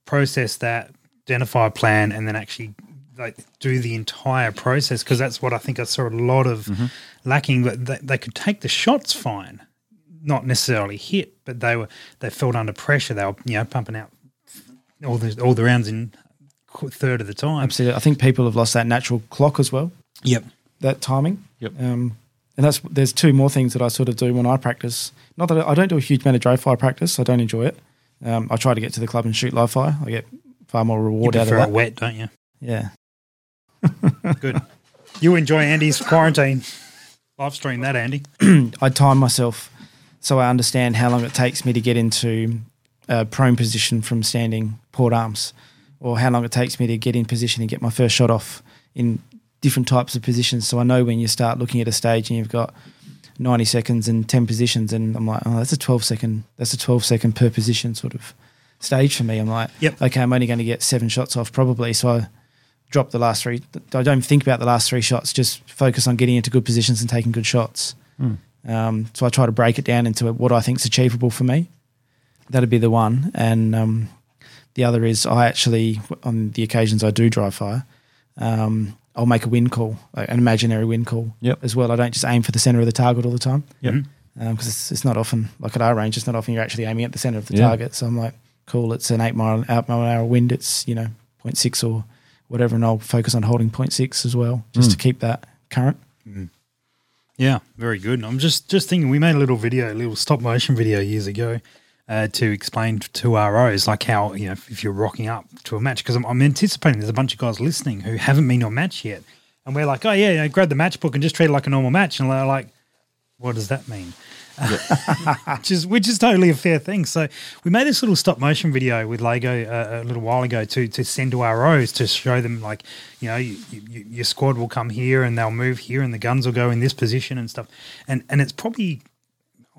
Speaker 2: process that. Identify a plan and then actually like do the entire process because that's what I think I saw a lot of lacking. But they, they could take the shots fine, not necessarily hit, but they were they felt under pressure. They were you know pumping out all the all the rounds in qu- third of the time.
Speaker 4: Absolutely. I think people have lost that natural clock as well.
Speaker 2: Yep.
Speaker 4: that timing.
Speaker 3: Yep.
Speaker 4: Um, and that's there's two more things that I sort of do when I practice. Not that I, I don't do a huge amount of dry fire practice. I don't enjoy it. Um, I try to get to the club and shoot live fire. I get far more
Speaker 2: You
Speaker 4: reward out of
Speaker 2: prefer it
Speaker 4: that.
Speaker 2: wet, don't you?
Speaker 4: Yeah.
Speaker 2: Good. you enjoy Andy's quarantine. Live stream that, Andy.
Speaker 4: I time myself so I understand how long it takes me to get into a prone position from standing port arms, or how long it takes me to get in position and get my first shot off in different types of positions. So I know when you start looking at a stage and you've got 90 seconds and 10 positions, and I'm like, oh, that's a 12 second, that's a 12 second per position sort of stage for me. I'm like,
Speaker 2: Yep.
Speaker 4: okay, I'm only going to get seven shots off probably. So I drop the last three. I don't think about the last three shots, just focus on getting into good positions and taking good shots. Um, so I try to break it down into what I think's achievable for me. That'd be the one, and um, the other is I actually on the occasions I do dry fire, um, I'll make a wind call, like an imaginary wind call
Speaker 3: Yep.
Speaker 4: as well. I don't just aim for the center of the target all the time
Speaker 3: Yep.
Speaker 4: because it's, it's not often like at our range, it's not often you're actually aiming at the center of the
Speaker 3: Yeah.
Speaker 4: target. So I'm like, cool, it's an eight mile out mile an hour wind. It's you know 0.6 or whatever, and I'll focus on holding 0.6 as well,
Speaker 3: Hmm.
Speaker 4: just to keep that current.
Speaker 2: Yeah, very good. I'm just just thinking we made a little video, a little stop motion video years ago. Uh, to explain t- to ROs like how you know if if you're rocking up to a match because I'm, I'm anticipating there's a bunch of guys listening who haven't been to a match yet and we're like oh yeah, yeah grab the match book and just treat it like a normal match and they're like what does that mean which is which is totally a fair thing. So we made this little stop motion video with Lego uh, a little while ago to to send to our ROs to show them like you know you, you, your squad will come here and they'll move here and the guns will go in this position and stuff. And and it's probably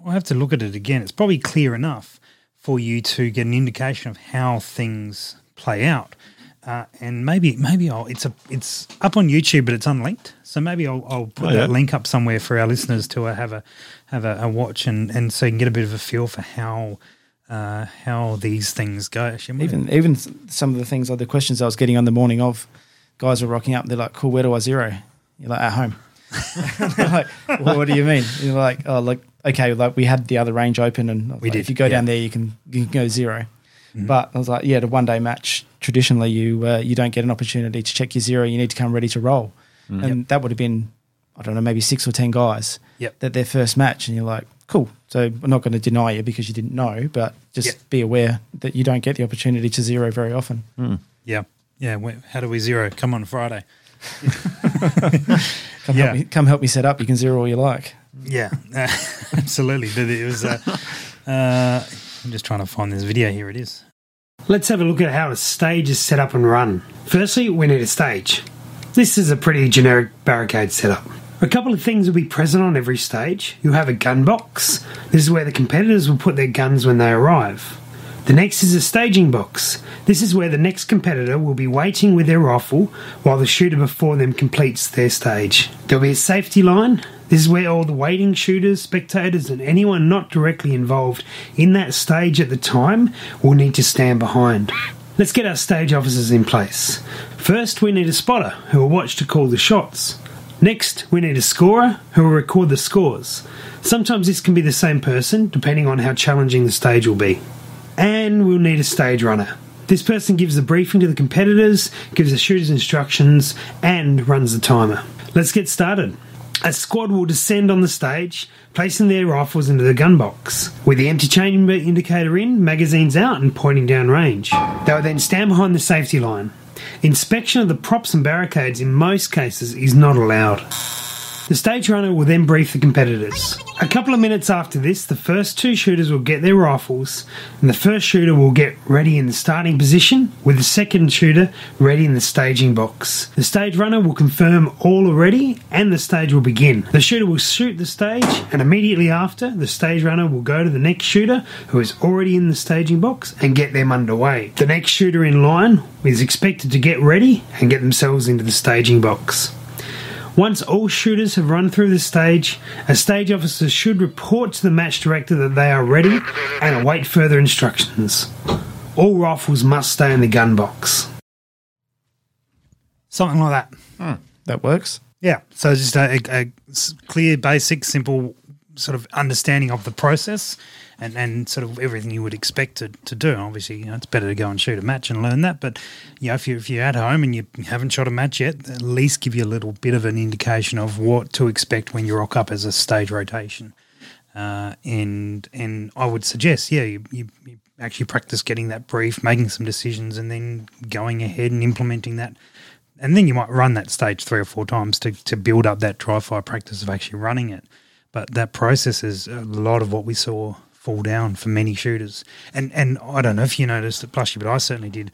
Speaker 2: I'll have to look at it again. It's probably clear enough for you to get an indication of how things play out. Uh, and maybe maybe I'll it's a it's up on YouTube, but it's unlinked. So maybe I'll, I'll put
Speaker 3: Oh, yeah.
Speaker 2: that link up somewhere for our listeners to uh, have a have a, a watch and, and so you can get a bit of a feel for how uh, how these things go. Actually,
Speaker 4: Even even s- some of the things, like the questions I was getting on the morning of, guys were rocking up. They're like, "Cool, where do I zero? You're like, "At home." They're like, well, what do you mean? You're like, "Oh, like okay, like we had the other range open, and I was
Speaker 2: We
Speaker 4: like,
Speaker 2: did,
Speaker 4: If you go down
Speaker 2: yeah. Mm-hmm.
Speaker 4: there, you can you can go 0 But I was like, yeah, the one day match traditionally you uh, you don't get an opportunity to check your zero. You need to come ready to roll,
Speaker 2: Mm.
Speaker 4: and that would have been I don't know maybe six or ten guys
Speaker 2: Yep.
Speaker 4: that their first match, and you're like, cool. So I'm not going to deny you because you didn't know, but just
Speaker 2: Yeah.
Speaker 4: be aware that you don't get the opportunity to zero very often.
Speaker 2: yeah, yeah. we- How do we zero? Come on Friday.
Speaker 4: Come,
Speaker 2: Yeah.
Speaker 4: help me, come help me set up. You can zero all you like.
Speaker 2: Yeah, uh, absolutely. But it was. Uh, uh, I'm just trying to find this video. Here it is.
Speaker 5: Let's have a look at how a stage is set up and run. Firstly, we need a stage. This is a pretty generic barricade setup. A couple of things will be present on every stage. You have a gun box. This is where the competitors will put their guns when they arrive. The next is a staging box. This is where the next competitor will be waiting with their rifle while the shooter before them completes their stage. There'll be a safety line. This is where all the waiting shooters, spectators, and anyone not directly involved in that stage at the time will need to stand behind. Let's get our stage officers in place. First, we need a spotter who will watch to call the shots. Next, we need a scorer who will record the scores. Sometimes this can be the same person, depending on how challenging the stage will be and we'll need a stage runner. This person gives the briefing to the competitors, gives the shooters instructions, and runs the timer. Let's get started. A squad will descend on the stage, placing their rifles into the gun box, with the empty chamber indicator in, magazines out, and pointing down range. They will then stand behind the safety line. Inspection of the props and barricades in most cases is not allowed. The stage runner will then brief the competitors. A couple of minutes after this, the first two shooters will get their rifles, and the first shooter will get ready in the starting position, with the second shooter ready in the staging box. The stage runner will confirm all are ready, and the stage will begin. The shooter will shoot the stage, and immediately after, the stage runner will go to the next shooter who is already in the staging box and get them underway. The next shooter in line is expected to get ready and get themselves into the staging box. Once all shooters have run through the stage, a stage officer should report to the match director that they are ready and await further instructions. All rifles must stay in the gun box.
Speaker 2: Something like that.
Speaker 4: That works.
Speaker 2: Yeah. So it's just a, a- a s- clear, basic, simple sort of understanding of the process and, and sort of everything you would expect to, to do. Obviously, you know, it's better to go and shoot a match and learn that. But, you know, if you're, if you're at home and you haven't shot a match yet, at least give you a little bit of an indication of what to expect when you rock up as a stage rotation. Uh, and and I would suggest, yeah, you, you, you actually practice getting that brief, making some decisions, and then going ahead and implementing that. And then you might run that stage three or four times to, to build up that try fire practice of actually running it. But that process is a lot of what we saw fall down for many shooters. And and I don't know if you noticed it, Plushy, but I certainly did.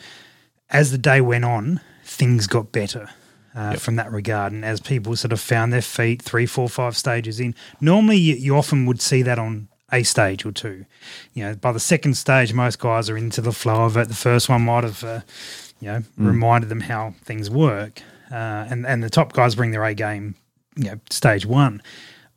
Speaker 2: As the day went on, things got better uh, from that regard. And as people sort of found their feet three, four, five stages in, normally you, you often would see that on a stage or two. You know, by the second stage, most guys are into the flow of it. The first one might have, uh, you know, reminded them how things work. Uh, and, and the top guys bring their A game, you know, stage one.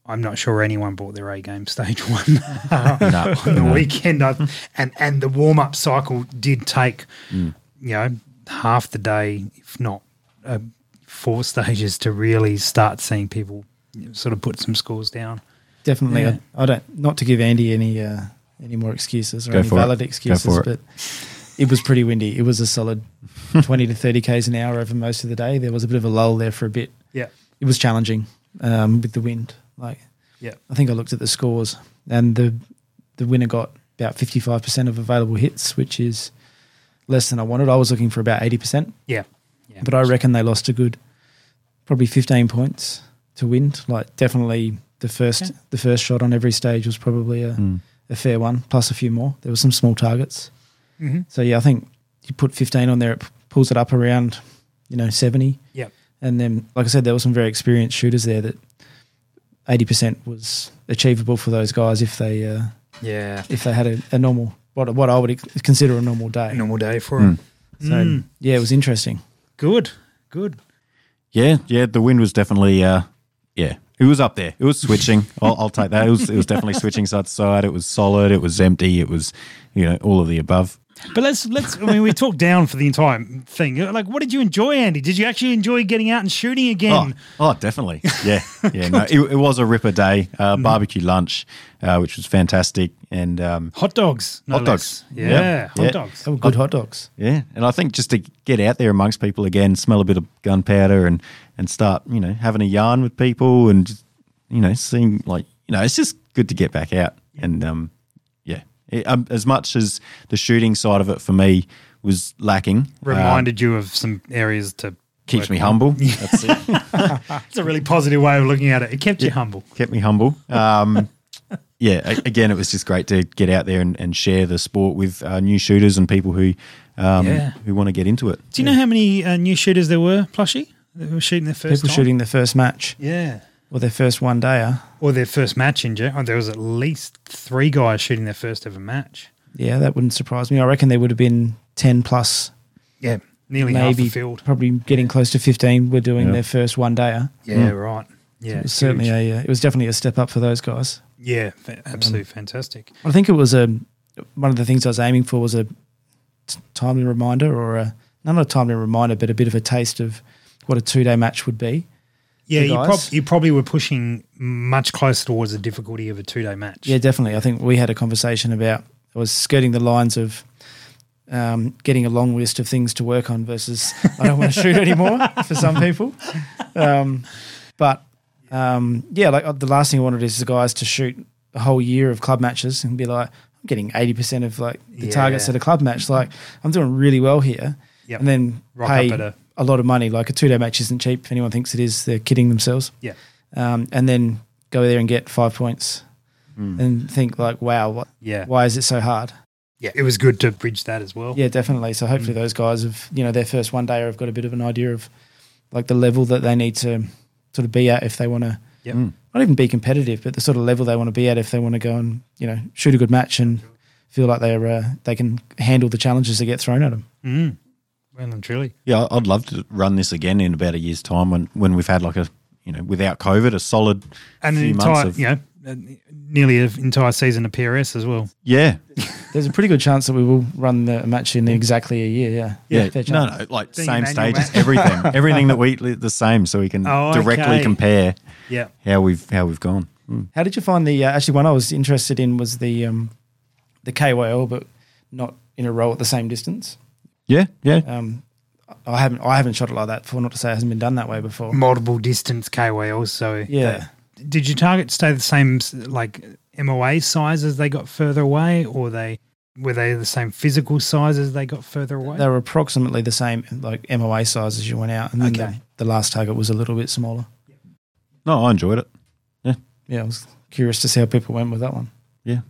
Speaker 2: I'm not sure anyone bought their A game stage one on the weekend. I, and and the warm up cycle did take, you know, half the day, if not uh, four stages, to really start seeing people you know, sort of put some scores down.
Speaker 4: Definitely.
Speaker 2: Yeah.
Speaker 4: I, I don't. Not to give Andy any uh, any more excuses or
Speaker 3: Go
Speaker 4: any
Speaker 3: for it.
Speaker 4: valid
Speaker 3: Go
Speaker 4: excuses,
Speaker 3: for it.
Speaker 4: but it was pretty windy. It was a solid twenty to thirty k's an hour over most of the day. There was a bit of a lull there for a bit.
Speaker 2: Yeah,
Speaker 4: It was challenging um, with the wind. Like
Speaker 2: yeah,
Speaker 4: I think I looked at the scores, and the the winner got about fifty five percent of available hits, which is less than I wanted. I was looking for about eighty percent.
Speaker 2: yeah, yeah.
Speaker 4: but I reckon they lost a good probably 15 points to wind. Like definitely the first
Speaker 2: Okay.
Speaker 4: the first shot on every stage was probably a, a fair one, plus a few more. There were some small targets.
Speaker 2: Mhm.
Speaker 4: So yeah, I think you put 15 on there, it p- pulls it up around you know 70.
Speaker 2: yeah,
Speaker 4: And then, like I said, there were some very experienced shooters there that 80% was achievable for those guys if they uh,
Speaker 2: yeah.
Speaker 4: if they had a, a normal what what I would ex- consider a normal day.
Speaker 2: A normal day for
Speaker 3: Mm.
Speaker 2: him.
Speaker 4: So yeah, it was interesting.
Speaker 2: Good, good.
Speaker 3: Yeah, yeah. The wind was definitely, uh, yeah, it was up there. It was switching. I'll, I'll take that. It was, it was definitely switching side to side. It was solid. It was empty. It was, you know, all of the above.
Speaker 2: But let's let's. I mean, we talked down for the entire thing. Like, what did you enjoy, Andy? Did you actually enjoy getting out and shooting
Speaker 3: Oh,
Speaker 2: again?
Speaker 3: oh, definitely. Yeah, yeah. no, it, it was a ripper day. Uh, barbecue lunch, uh, which was fantastic, and um,
Speaker 2: Hot dogs, no
Speaker 3: Hot dogs.
Speaker 2: less. Yeah,
Speaker 3: Yeah.
Speaker 2: hot
Speaker 3: Yeah.
Speaker 2: dogs.
Speaker 4: They were good hot dogs.
Speaker 3: Yeah, and I think just to get out there amongst people again, smell a bit of gunpowder, and and start you know having a yarn with people, and just, you know seeing like you know it's just good to get back out, and um yeah, It- um, as much as the shooting side of it for me was lacking, uh,
Speaker 2: Reminded you of some areas to.
Speaker 3: keeps
Speaker 2: work
Speaker 3: me
Speaker 2: on.
Speaker 3: humble. That's it.
Speaker 2: It's a really positive way of looking at it. It kept you humble.
Speaker 3: kept me humble. Um, yeah, a- again, it was just great to get out there and, and share the sport with uh, new shooters and people who um,
Speaker 2: Yeah.
Speaker 3: who want to get into it.
Speaker 2: Do you know how many uh, new shooters there were, Plushy? They were shooting their first
Speaker 4: People
Speaker 2: time?
Speaker 4: shooting their first match
Speaker 2: Yeah.
Speaker 4: or their first one dayer.
Speaker 2: Or their first match in general. There was at least three guys shooting their first ever match.
Speaker 4: Yeah, that wouldn't surprise me. I reckon there would have been 10 plus,
Speaker 2: Yeah. Nearly half the
Speaker 4: maybe
Speaker 2: field.
Speaker 4: probably getting close to 15 were doing their first one dayer.
Speaker 2: Yeah, right. Yeah.
Speaker 4: Mm. It was certainly Um,
Speaker 2: huge.
Speaker 4: a, uh, it was definitely a step up for those guys.
Speaker 2: Yeah, fa- absolutely fantastic.
Speaker 4: I think it was a, one of the things I was aiming for was a t- timely reminder or a, not a timely reminder, but a bit of a taste of what a two day match would be.
Speaker 2: Yeah,
Speaker 4: the
Speaker 2: you, prob-
Speaker 4: guys-
Speaker 2: you probably were pushing much closer towards the difficulty of a two day match.
Speaker 4: Yeah, definitely. I think we had a conversation about I was skirting the lines of um, getting a long list of things to work on versus I don't want to shoot anymore for some people. Um, but Um, yeah, like uh, the last thing I wanted is the guys to shoot a whole year of club matches and be like, I'm getting 80% of like the targets
Speaker 2: Yeah.
Speaker 4: at a club match. Like, I'm doing really well here.
Speaker 2: Yep.
Speaker 4: And then
Speaker 2: Rock
Speaker 4: pay
Speaker 2: up at a-
Speaker 4: a-, lot of money. Like, a two day match isn't cheap. If anyone thinks it is, they're kidding themselves.
Speaker 2: Yeah.
Speaker 4: Um, and then go there and get five points
Speaker 3: Hmm.
Speaker 4: and think, like, wow, what,
Speaker 2: Yeah.
Speaker 4: why is it so hard?
Speaker 2: Yeah. It was good to bridge that as well.
Speaker 4: Yeah, definitely. So hopefully
Speaker 3: Hmm.
Speaker 4: those guys have, you know, their first one day have got a bit of an idea of like the level that they need to sort of be at if they want to
Speaker 2: Yep.
Speaker 4: not even be competitive, but the sort of level they want to be at if they want to go and, you know, shoot a good match and feel like they're uh, they can handle the challenges that get thrown at them.
Speaker 2: Well and truly.
Speaker 3: Yeah, I- I'd love to run this again in about a year's time when, when we've had like a you know without COVID a solid
Speaker 2: And an
Speaker 3: few
Speaker 2: entire,
Speaker 3: months of
Speaker 2: you know, an- nearly an entire season of PRS as well.
Speaker 3: yeah
Speaker 4: There's a pretty good chance that we will run the match in exactly a year. Yeah.
Speaker 3: yeah,
Speaker 4: Fair
Speaker 3: no
Speaker 4: chance.
Speaker 3: no like
Speaker 2: Doing
Speaker 3: same
Speaker 2: an annual
Speaker 3: stages
Speaker 2: match.
Speaker 3: everything everything that we the same so we can
Speaker 2: Oh,
Speaker 3: directly
Speaker 2: okay.
Speaker 3: compare
Speaker 2: Yeah.
Speaker 3: how we've how we've gone. Hmm.
Speaker 4: How did you find the, uh, actually, one I was interested in was the, um, the KYL, but not in a row at the same distance.
Speaker 3: Yeah, yeah.
Speaker 4: Um, I haven't, I haven't shot it like that before, not to say it hasn't been done that way before.
Speaker 2: Multiple distance KYLs. So
Speaker 4: Yeah.
Speaker 2: that- did your target stay the same s- like MOA size as they got further away, or they were they the same physical size as they got further away?
Speaker 4: They were approximately the same, like MOA size as you went out, and then
Speaker 2: Okay.
Speaker 4: the, the last target was a little bit smaller.
Speaker 3: no, I enjoyed it.
Speaker 4: Yeah, I was curious to see how people went with that one.
Speaker 3: Yeah,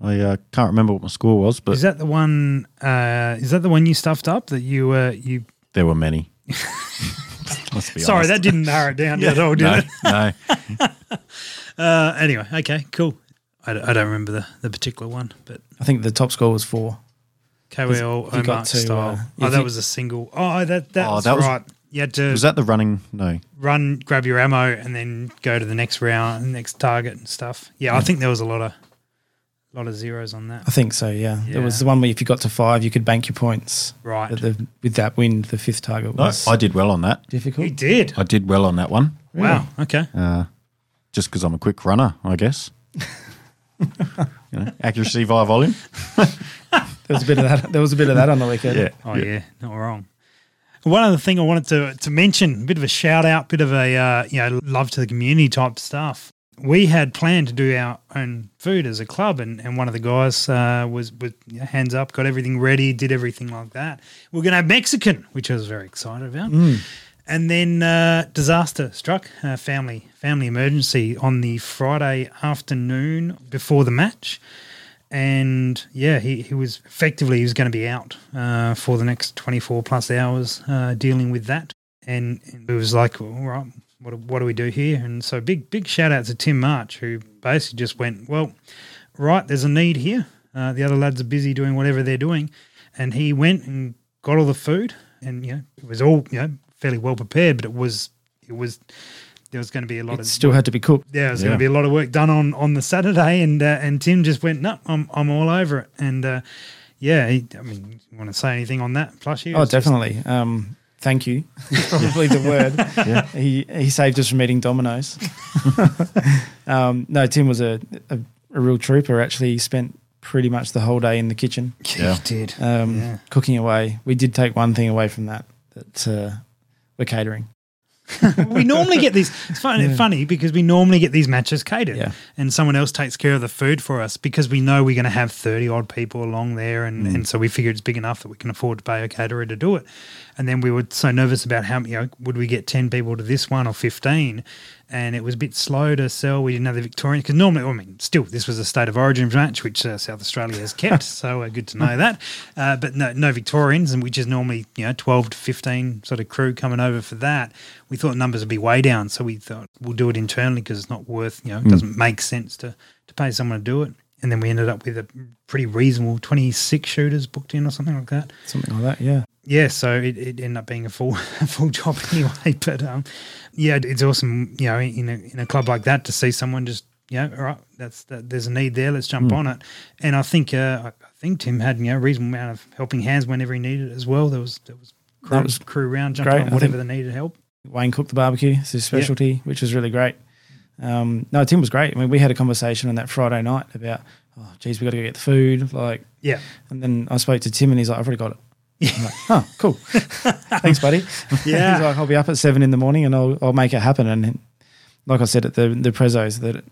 Speaker 3: I uh, can't remember what my score was, but
Speaker 2: is that the one? Uh, is that the one you stuffed up that you uh, you?
Speaker 3: there were many. Let's be
Speaker 2: Sorry,
Speaker 3: honest.
Speaker 2: that didn't narrow it down at all, did it?
Speaker 3: no, no.
Speaker 2: Uh, anyway, okay, cool. I, d- I don't remember the, the particular one, but
Speaker 4: I think the top score was four.
Speaker 2: KWL
Speaker 4: you got
Speaker 2: Omar
Speaker 4: to,
Speaker 2: style.
Speaker 4: uh,
Speaker 2: oh,
Speaker 4: if
Speaker 2: that
Speaker 4: you-
Speaker 2: was a single. Oh, that that,
Speaker 3: Oh,
Speaker 2: was,
Speaker 3: that was-
Speaker 2: right. You had to
Speaker 3: Was that the running? No.
Speaker 2: run, grab your ammo, and then go to the next round, the next target, and stuff. Yeah, I think there was a lot of lot of zeros on
Speaker 4: I
Speaker 2: that.
Speaker 4: think so. Yeah, it was
Speaker 2: Yeah.
Speaker 4: the one where if you got to five, you could bank your points.
Speaker 2: Right.
Speaker 4: But the, with that win, the fifth target
Speaker 3: No,
Speaker 4: was
Speaker 3: I did well on that.
Speaker 2: You
Speaker 4: difficult.
Speaker 2: did.
Speaker 3: I did well on that one,
Speaker 2: Wow. Okay.
Speaker 3: uh, just because I'm a quick runner, I guess. you know, accuracy via volume.
Speaker 4: There was a bit of that. There was a bit of that on the weekend.
Speaker 2: Oh yeah. not wrong. One other thing I wanted to to mention, a bit of a shout out, bit of a uh, you know love to the community type stuff. We had planned to do our own food as a club, and, and one of the guys uh, was was you know, hands up, got everything ready, did everything like that. We're going to have Mexican, which I was very excited about. And then uh, disaster struck, uh, family family emergency on the Friday afternoon before the match. and yeah, he, he was effectively he was going to be out uh, for the next twenty four plus hours uh, dealing with that, and it was like, all right, what do- what do we do here? And so big big shout out to Tim March who basically just went, well, right, there's a need here. Uh, the other lads are busy doing whatever they're doing, and he went and got all the food, and you know it was all you know fairly well prepared, but it was it was there was going to be a lot
Speaker 4: It
Speaker 2: of
Speaker 4: still had to be cooked.
Speaker 2: yeah, there's
Speaker 3: Yeah.
Speaker 2: going to be a lot of work done on on the Saturday, and uh, and Tim just went, no, I'm I'm all over it, and uh, yeah, he, I mean, you want to say anything on that? Plus, you,
Speaker 4: Oh, definitely. Um, thank you. is Probably the word. He he saved us from eating Dominoes. um, no, Tim was a, a a real trooper. Actually, he spent pretty much the whole day in the kitchen
Speaker 3: Yeah.
Speaker 2: did.
Speaker 4: um,
Speaker 2: Yeah.
Speaker 4: cooking away. We did take one thing away from that that uh, we're catering.
Speaker 2: we normally get these. It's funny, funny because we normally get these matches catered,
Speaker 4: Yeah.
Speaker 2: and someone else takes care of the food for us because we know we're going to have thirty odd people along there,
Speaker 4: Mm.
Speaker 2: and, and so we figured it's big enough that we can afford to pay a caterer to do it. And then we were so nervous about how you know would we get ten people to this one or fifteen, and it was a bit slow to sell. We didn't have the Victorian because normally, I mean, still this was a state of origin match which uh, South Australia has kept, so uh, good to know that. Uh, but no, no Victorians, and which is normally you know twelve to fifteen sort of crew coming over for that. We thought numbers would be way down, so we thought we'll do it internally because it's not worth you know it doesn't make sense to to pay someone to do it. And then we ended up with a pretty reasonable twenty six shooters booked in or something like that
Speaker 4: Something like that. Yeah.
Speaker 2: yeah, so it, it ended up being a full a full job anyway. But um, yeah, it's awesome, you know, in a, in a club like that to see someone just, you know, all right, that's that, there's a need there, let's jump
Speaker 4: Hmm.
Speaker 2: on it. And I think uh, I I think Tim had you know a reasonable amount of helping hands whenever he needed it as well. There was there was crew,
Speaker 4: That was
Speaker 2: crew round jumped
Speaker 4: great.
Speaker 2: on
Speaker 4: I
Speaker 2: whatever they
Speaker 4: think-
Speaker 2: needed help.
Speaker 4: Wayne cooked the barbecue. It's his specialty, which was really great. Um, no, Tim was great. I mean, we had a conversation on that Friday night about, oh, geez, we got to go get the food. Like,
Speaker 2: Yeah,
Speaker 4: And then I spoke to Tim and he's like, I've already got it. I'm like, oh, cool. Thanks, buddy.
Speaker 2: Yeah.
Speaker 4: he's like, I'll be up at seven in the morning and I'll, I'll make it happen. And like I said at the the prezos that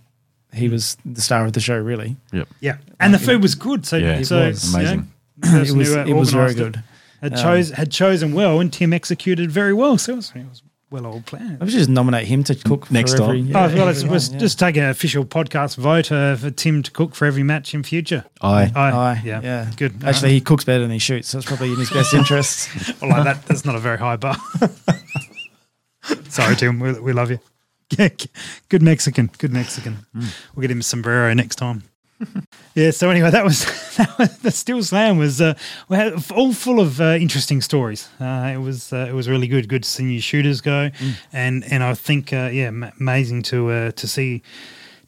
Speaker 4: he was the star of the show. Really,
Speaker 3: Yep.
Speaker 4: Uh,
Speaker 2: Yeah, and the food was good. So,
Speaker 3: Yeah, it
Speaker 2: so
Speaker 4: was.
Speaker 2: you know,
Speaker 3: Amazing.
Speaker 2: the person
Speaker 4: it was
Speaker 2: who, uh,
Speaker 4: it was very
Speaker 2: organised
Speaker 4: good. Um,
Speaker 2: Had, chose, had chosen well, and Tim executed very well. So it was, it was well old planned.
Speaker 4: I should just nominate him to cook
Speaker 3: Next
Speaker 4: for
Speaker 3: time.
Speaker 4: every,
Speaker 2: oh, well, it's,
Speaker 4: every
Speaker 2: was
Speaker 4: one, yeah.
Speaker 2: just take an official podcast vote uh, for Tim to cook for every match in future.
Speaker 3: Aye.
Speaker 2: Aye.
Speaker 4: Aye,
Speaker 2: yeah.
Speaker 4: yeah.
Speaker 2: Good.
Speaker 4: Actually, he cooks better than he shoots, so it's probably in his best interest.
Speaker 2: All right. well, like that, that's not a very high bar. Sorry, Tim. We, we love you. good Mexican. Good Mexican.
Speaker 4: Mm.
Speaker 2: We'll get him a sombrero next time. yeah. So anyway, that was that was the Steel Slam was uh, we had all full of uh, interesting stories. Uh, it was uh, it was really good. Good to see new shooters go, and and I think uh, yeah, ma amazing to uh, to see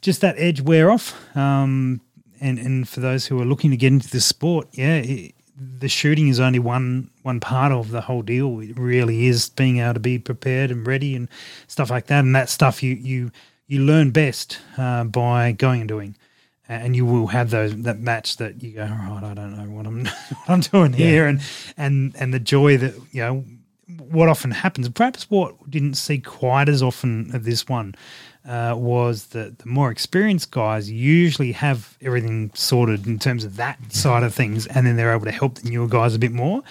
Speaker 2: just that edge wear off. Um, and and for those who are looking to get into the sport, yeah, it, the shooting is only one one part of the whole deal. It really is being able to be prepared and ready and stuff like that. And that stuff you you you learn best uh, by going and doing. And you will have those that match that you go, all right, I don't know what I'm what I'm doing here, and and and the joy that you know what often happens, perhaps what didn't see quite as often of this one, uh, was that the more experienced guys usually have everything sorted in terms of that side of things, and then they're able to help the newer guys a bit more.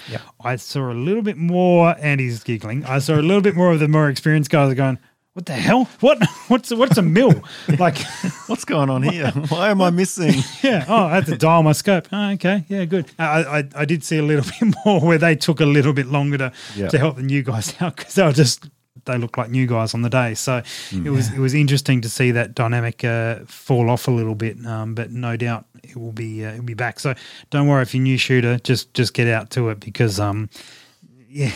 Speaker 2: I saw a little bit more, and he's giggling. I saw a little bit more of the more experienced guys going, "What the hell? What? What's what's a mill? like,
Speaker 3: What's going on here? Why am I missing?
Speaker 2: yeah. Oh, I had to dial my scope. Oh, okay. Yeah, good. I, I, I did see a little bit more where they took a little bit longer to,
Speaker 3: Yeah.
Speaker 2: to help the new guys out because they were just they looked like new guys on the day. So
Speaker 3: Mm.
Speaker 2: it was it was interesting to see that dynamic uh, fall off a little bit. Um, but no doubt it will be uh, it'll be back. So don't worry if you're new shooter, just just get out to it because um yeah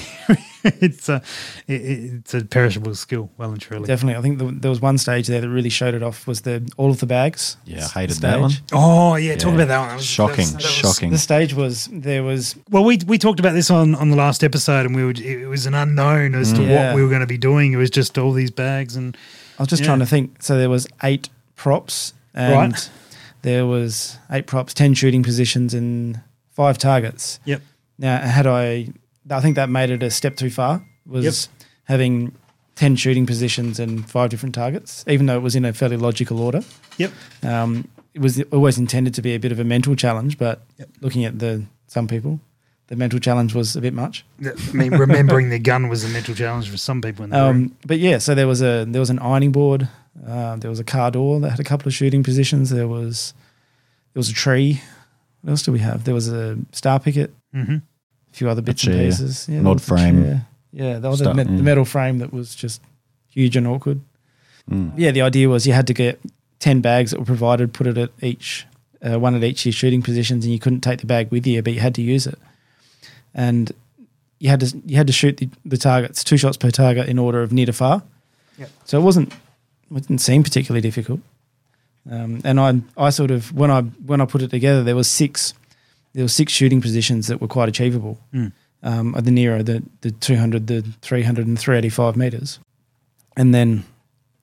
Speaker 2: it's a it, it- it's a perishable skill. Well and truly.
Speaker 4: Definitely, I think the, there was one stage there that really showed it off was the all of the bags.
Speaker 3: Yeah, I hated that one.
Speaker 2: Oh yeah, talk
Speaker 3: Yeah.
Speaker 2: about that one. That was- that was-
Speaker 3: Shocking.
Speaker 2: that was-
Speaker 3: Shocking.
Speaker 4: The stage was there was
Speaker 2: Well, we we talked about this on, on the last episode, and we were, it was an unknown as to what
Speaker 4: Yeah.
Speaker 2: we were going to be doing. It was just all these bags, and
Speaker 4: I was just
Speaker 2: Yeah.
Speaker 4: trying to think. So there was eight props, and
Speaker 2: Right.
Speaker 4: there was eight props, ten shooting positions, and five targets.
Speaker 2: yep,
Speaker 4: Now, had I, I think that made it a step too far. Was having ten shooting positions and five different targets, even though it was in a fairly logical order.
Speaker 2: yep,
Speaker 4: Um, it was always intended to be a bit of a mental challenge, but looking at the some people, the mental challenge was a bit much.
Speaker 2: I mean, remembering the gun was a mental challenge for some people in the room.
Speaker 4: Um, but yeah, so there was a there was an ironing board, uh, there was a car door that had a couple of shooting positions. There was there was a tree. What else do we have? There was a star picket,
Speaker 2: hmm
Speaker 4: a few other bits and
Speaker 3: chair,
Speaker 4: pieces. Yeah,
Speaker 3: an
Speaker 4: there
Speaker 3: odd
Speaker 4: was the
Speaker 3: frame.
Speaker 4: chair. Yeah, that was
Speaker 3: Star-
Speaker 4: a me-
Speaker 3: mm.
Speaker 4: the metal frame that was just huge and awkward.
Speaker 3: Mm.
Speaker 4: Yeah, the idea was you had to get ten bags that were provided, put it at each uh, one at each of your shooting positions, and you couldn't take the bag with you, but you had to use it. And you had to you had to shoot the, the targets two shots per target in order of near to far.
Speaker 2: Yep.
Speaker 4: So it wasn't it didn't seem particularly difficult. Um, and I I sort of when I when I put it together, there was six there were six shooting positions that were quite achievable.
Speaker 2: Mm.
Speaker 4: Um, at the Nero, the the two hundred, the 300 and 385 meters, and then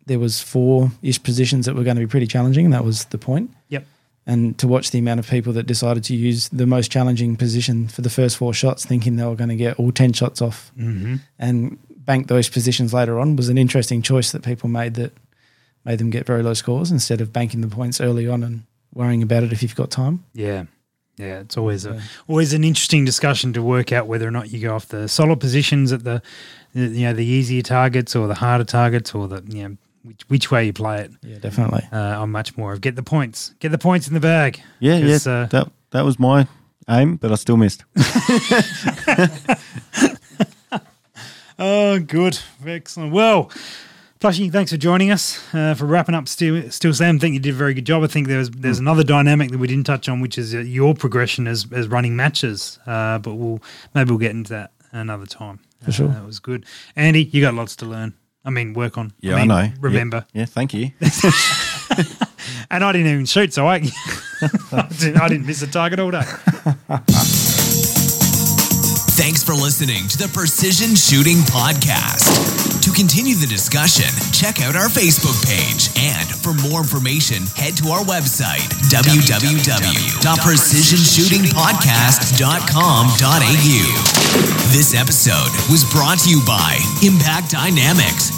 Speaker 4: there was four ish positions that were going to be pretty challenging, and that was the point.
Speaker 2: Yep.
Speaker 4: And to watch the amount of people that decided to use the most challenging position for the first four shots, thinking they were going to get all ten shots off
Speaker 2: hmm
Speaker 4: and bank those positions later on, was an interesting choice that people made that made them get very low scores instead of banking the points early on and worrying about it if you've got time.
Speaker 2: Yeah. Yeah, it's always a, always an interesting discussion to work out whether or not you go off the solid positions at the, the you know the easier targets or the harder targets or the you know which which way you play it.
Speaker 4: Yeah, definitely.
Speaker 2: Uh, I'm much more of get the points, get the points in the bag.
Speaker 3: Yeah, yeah.
Speaker 2: 'Cause, uh,
Speaker 3: that that was my aim, but I still missed.
Speaker 2: Oh, good. Excellent. Well, Plushy, thanks for joining us uh, for wrapping up Steel, Steel Sam. I think you did a very good job. I think there's there's
Speaker 3: Hmm.
Speaker 2: another dynamic that we didn't touch on, which is uh, your progression as, as running matches. Uh, but we'll maybe we'll get into that another time. For
Speaker 4: sure.
Speaker 2: that was good. Andy, you got lots to learn. I mean, work on.
Speaker 3: Yeah, I,
Speaker 2: mean,
Speaker 3: know.
Speaker 2: Remember.
Speaker 3: Yeah, yeah, thank you.
Speaker 2: And I didn't even shoot, so I, I, didn't, I didn't miss a target all day.
Speaker 1: Thanks for listening to the Precision Shooting Podcast. To continue the discussion, check out our Facebook page. And for more information, head to our website, www.precisionshootingpodcast.com.au. This episode was brought to you by Impact Dynamics,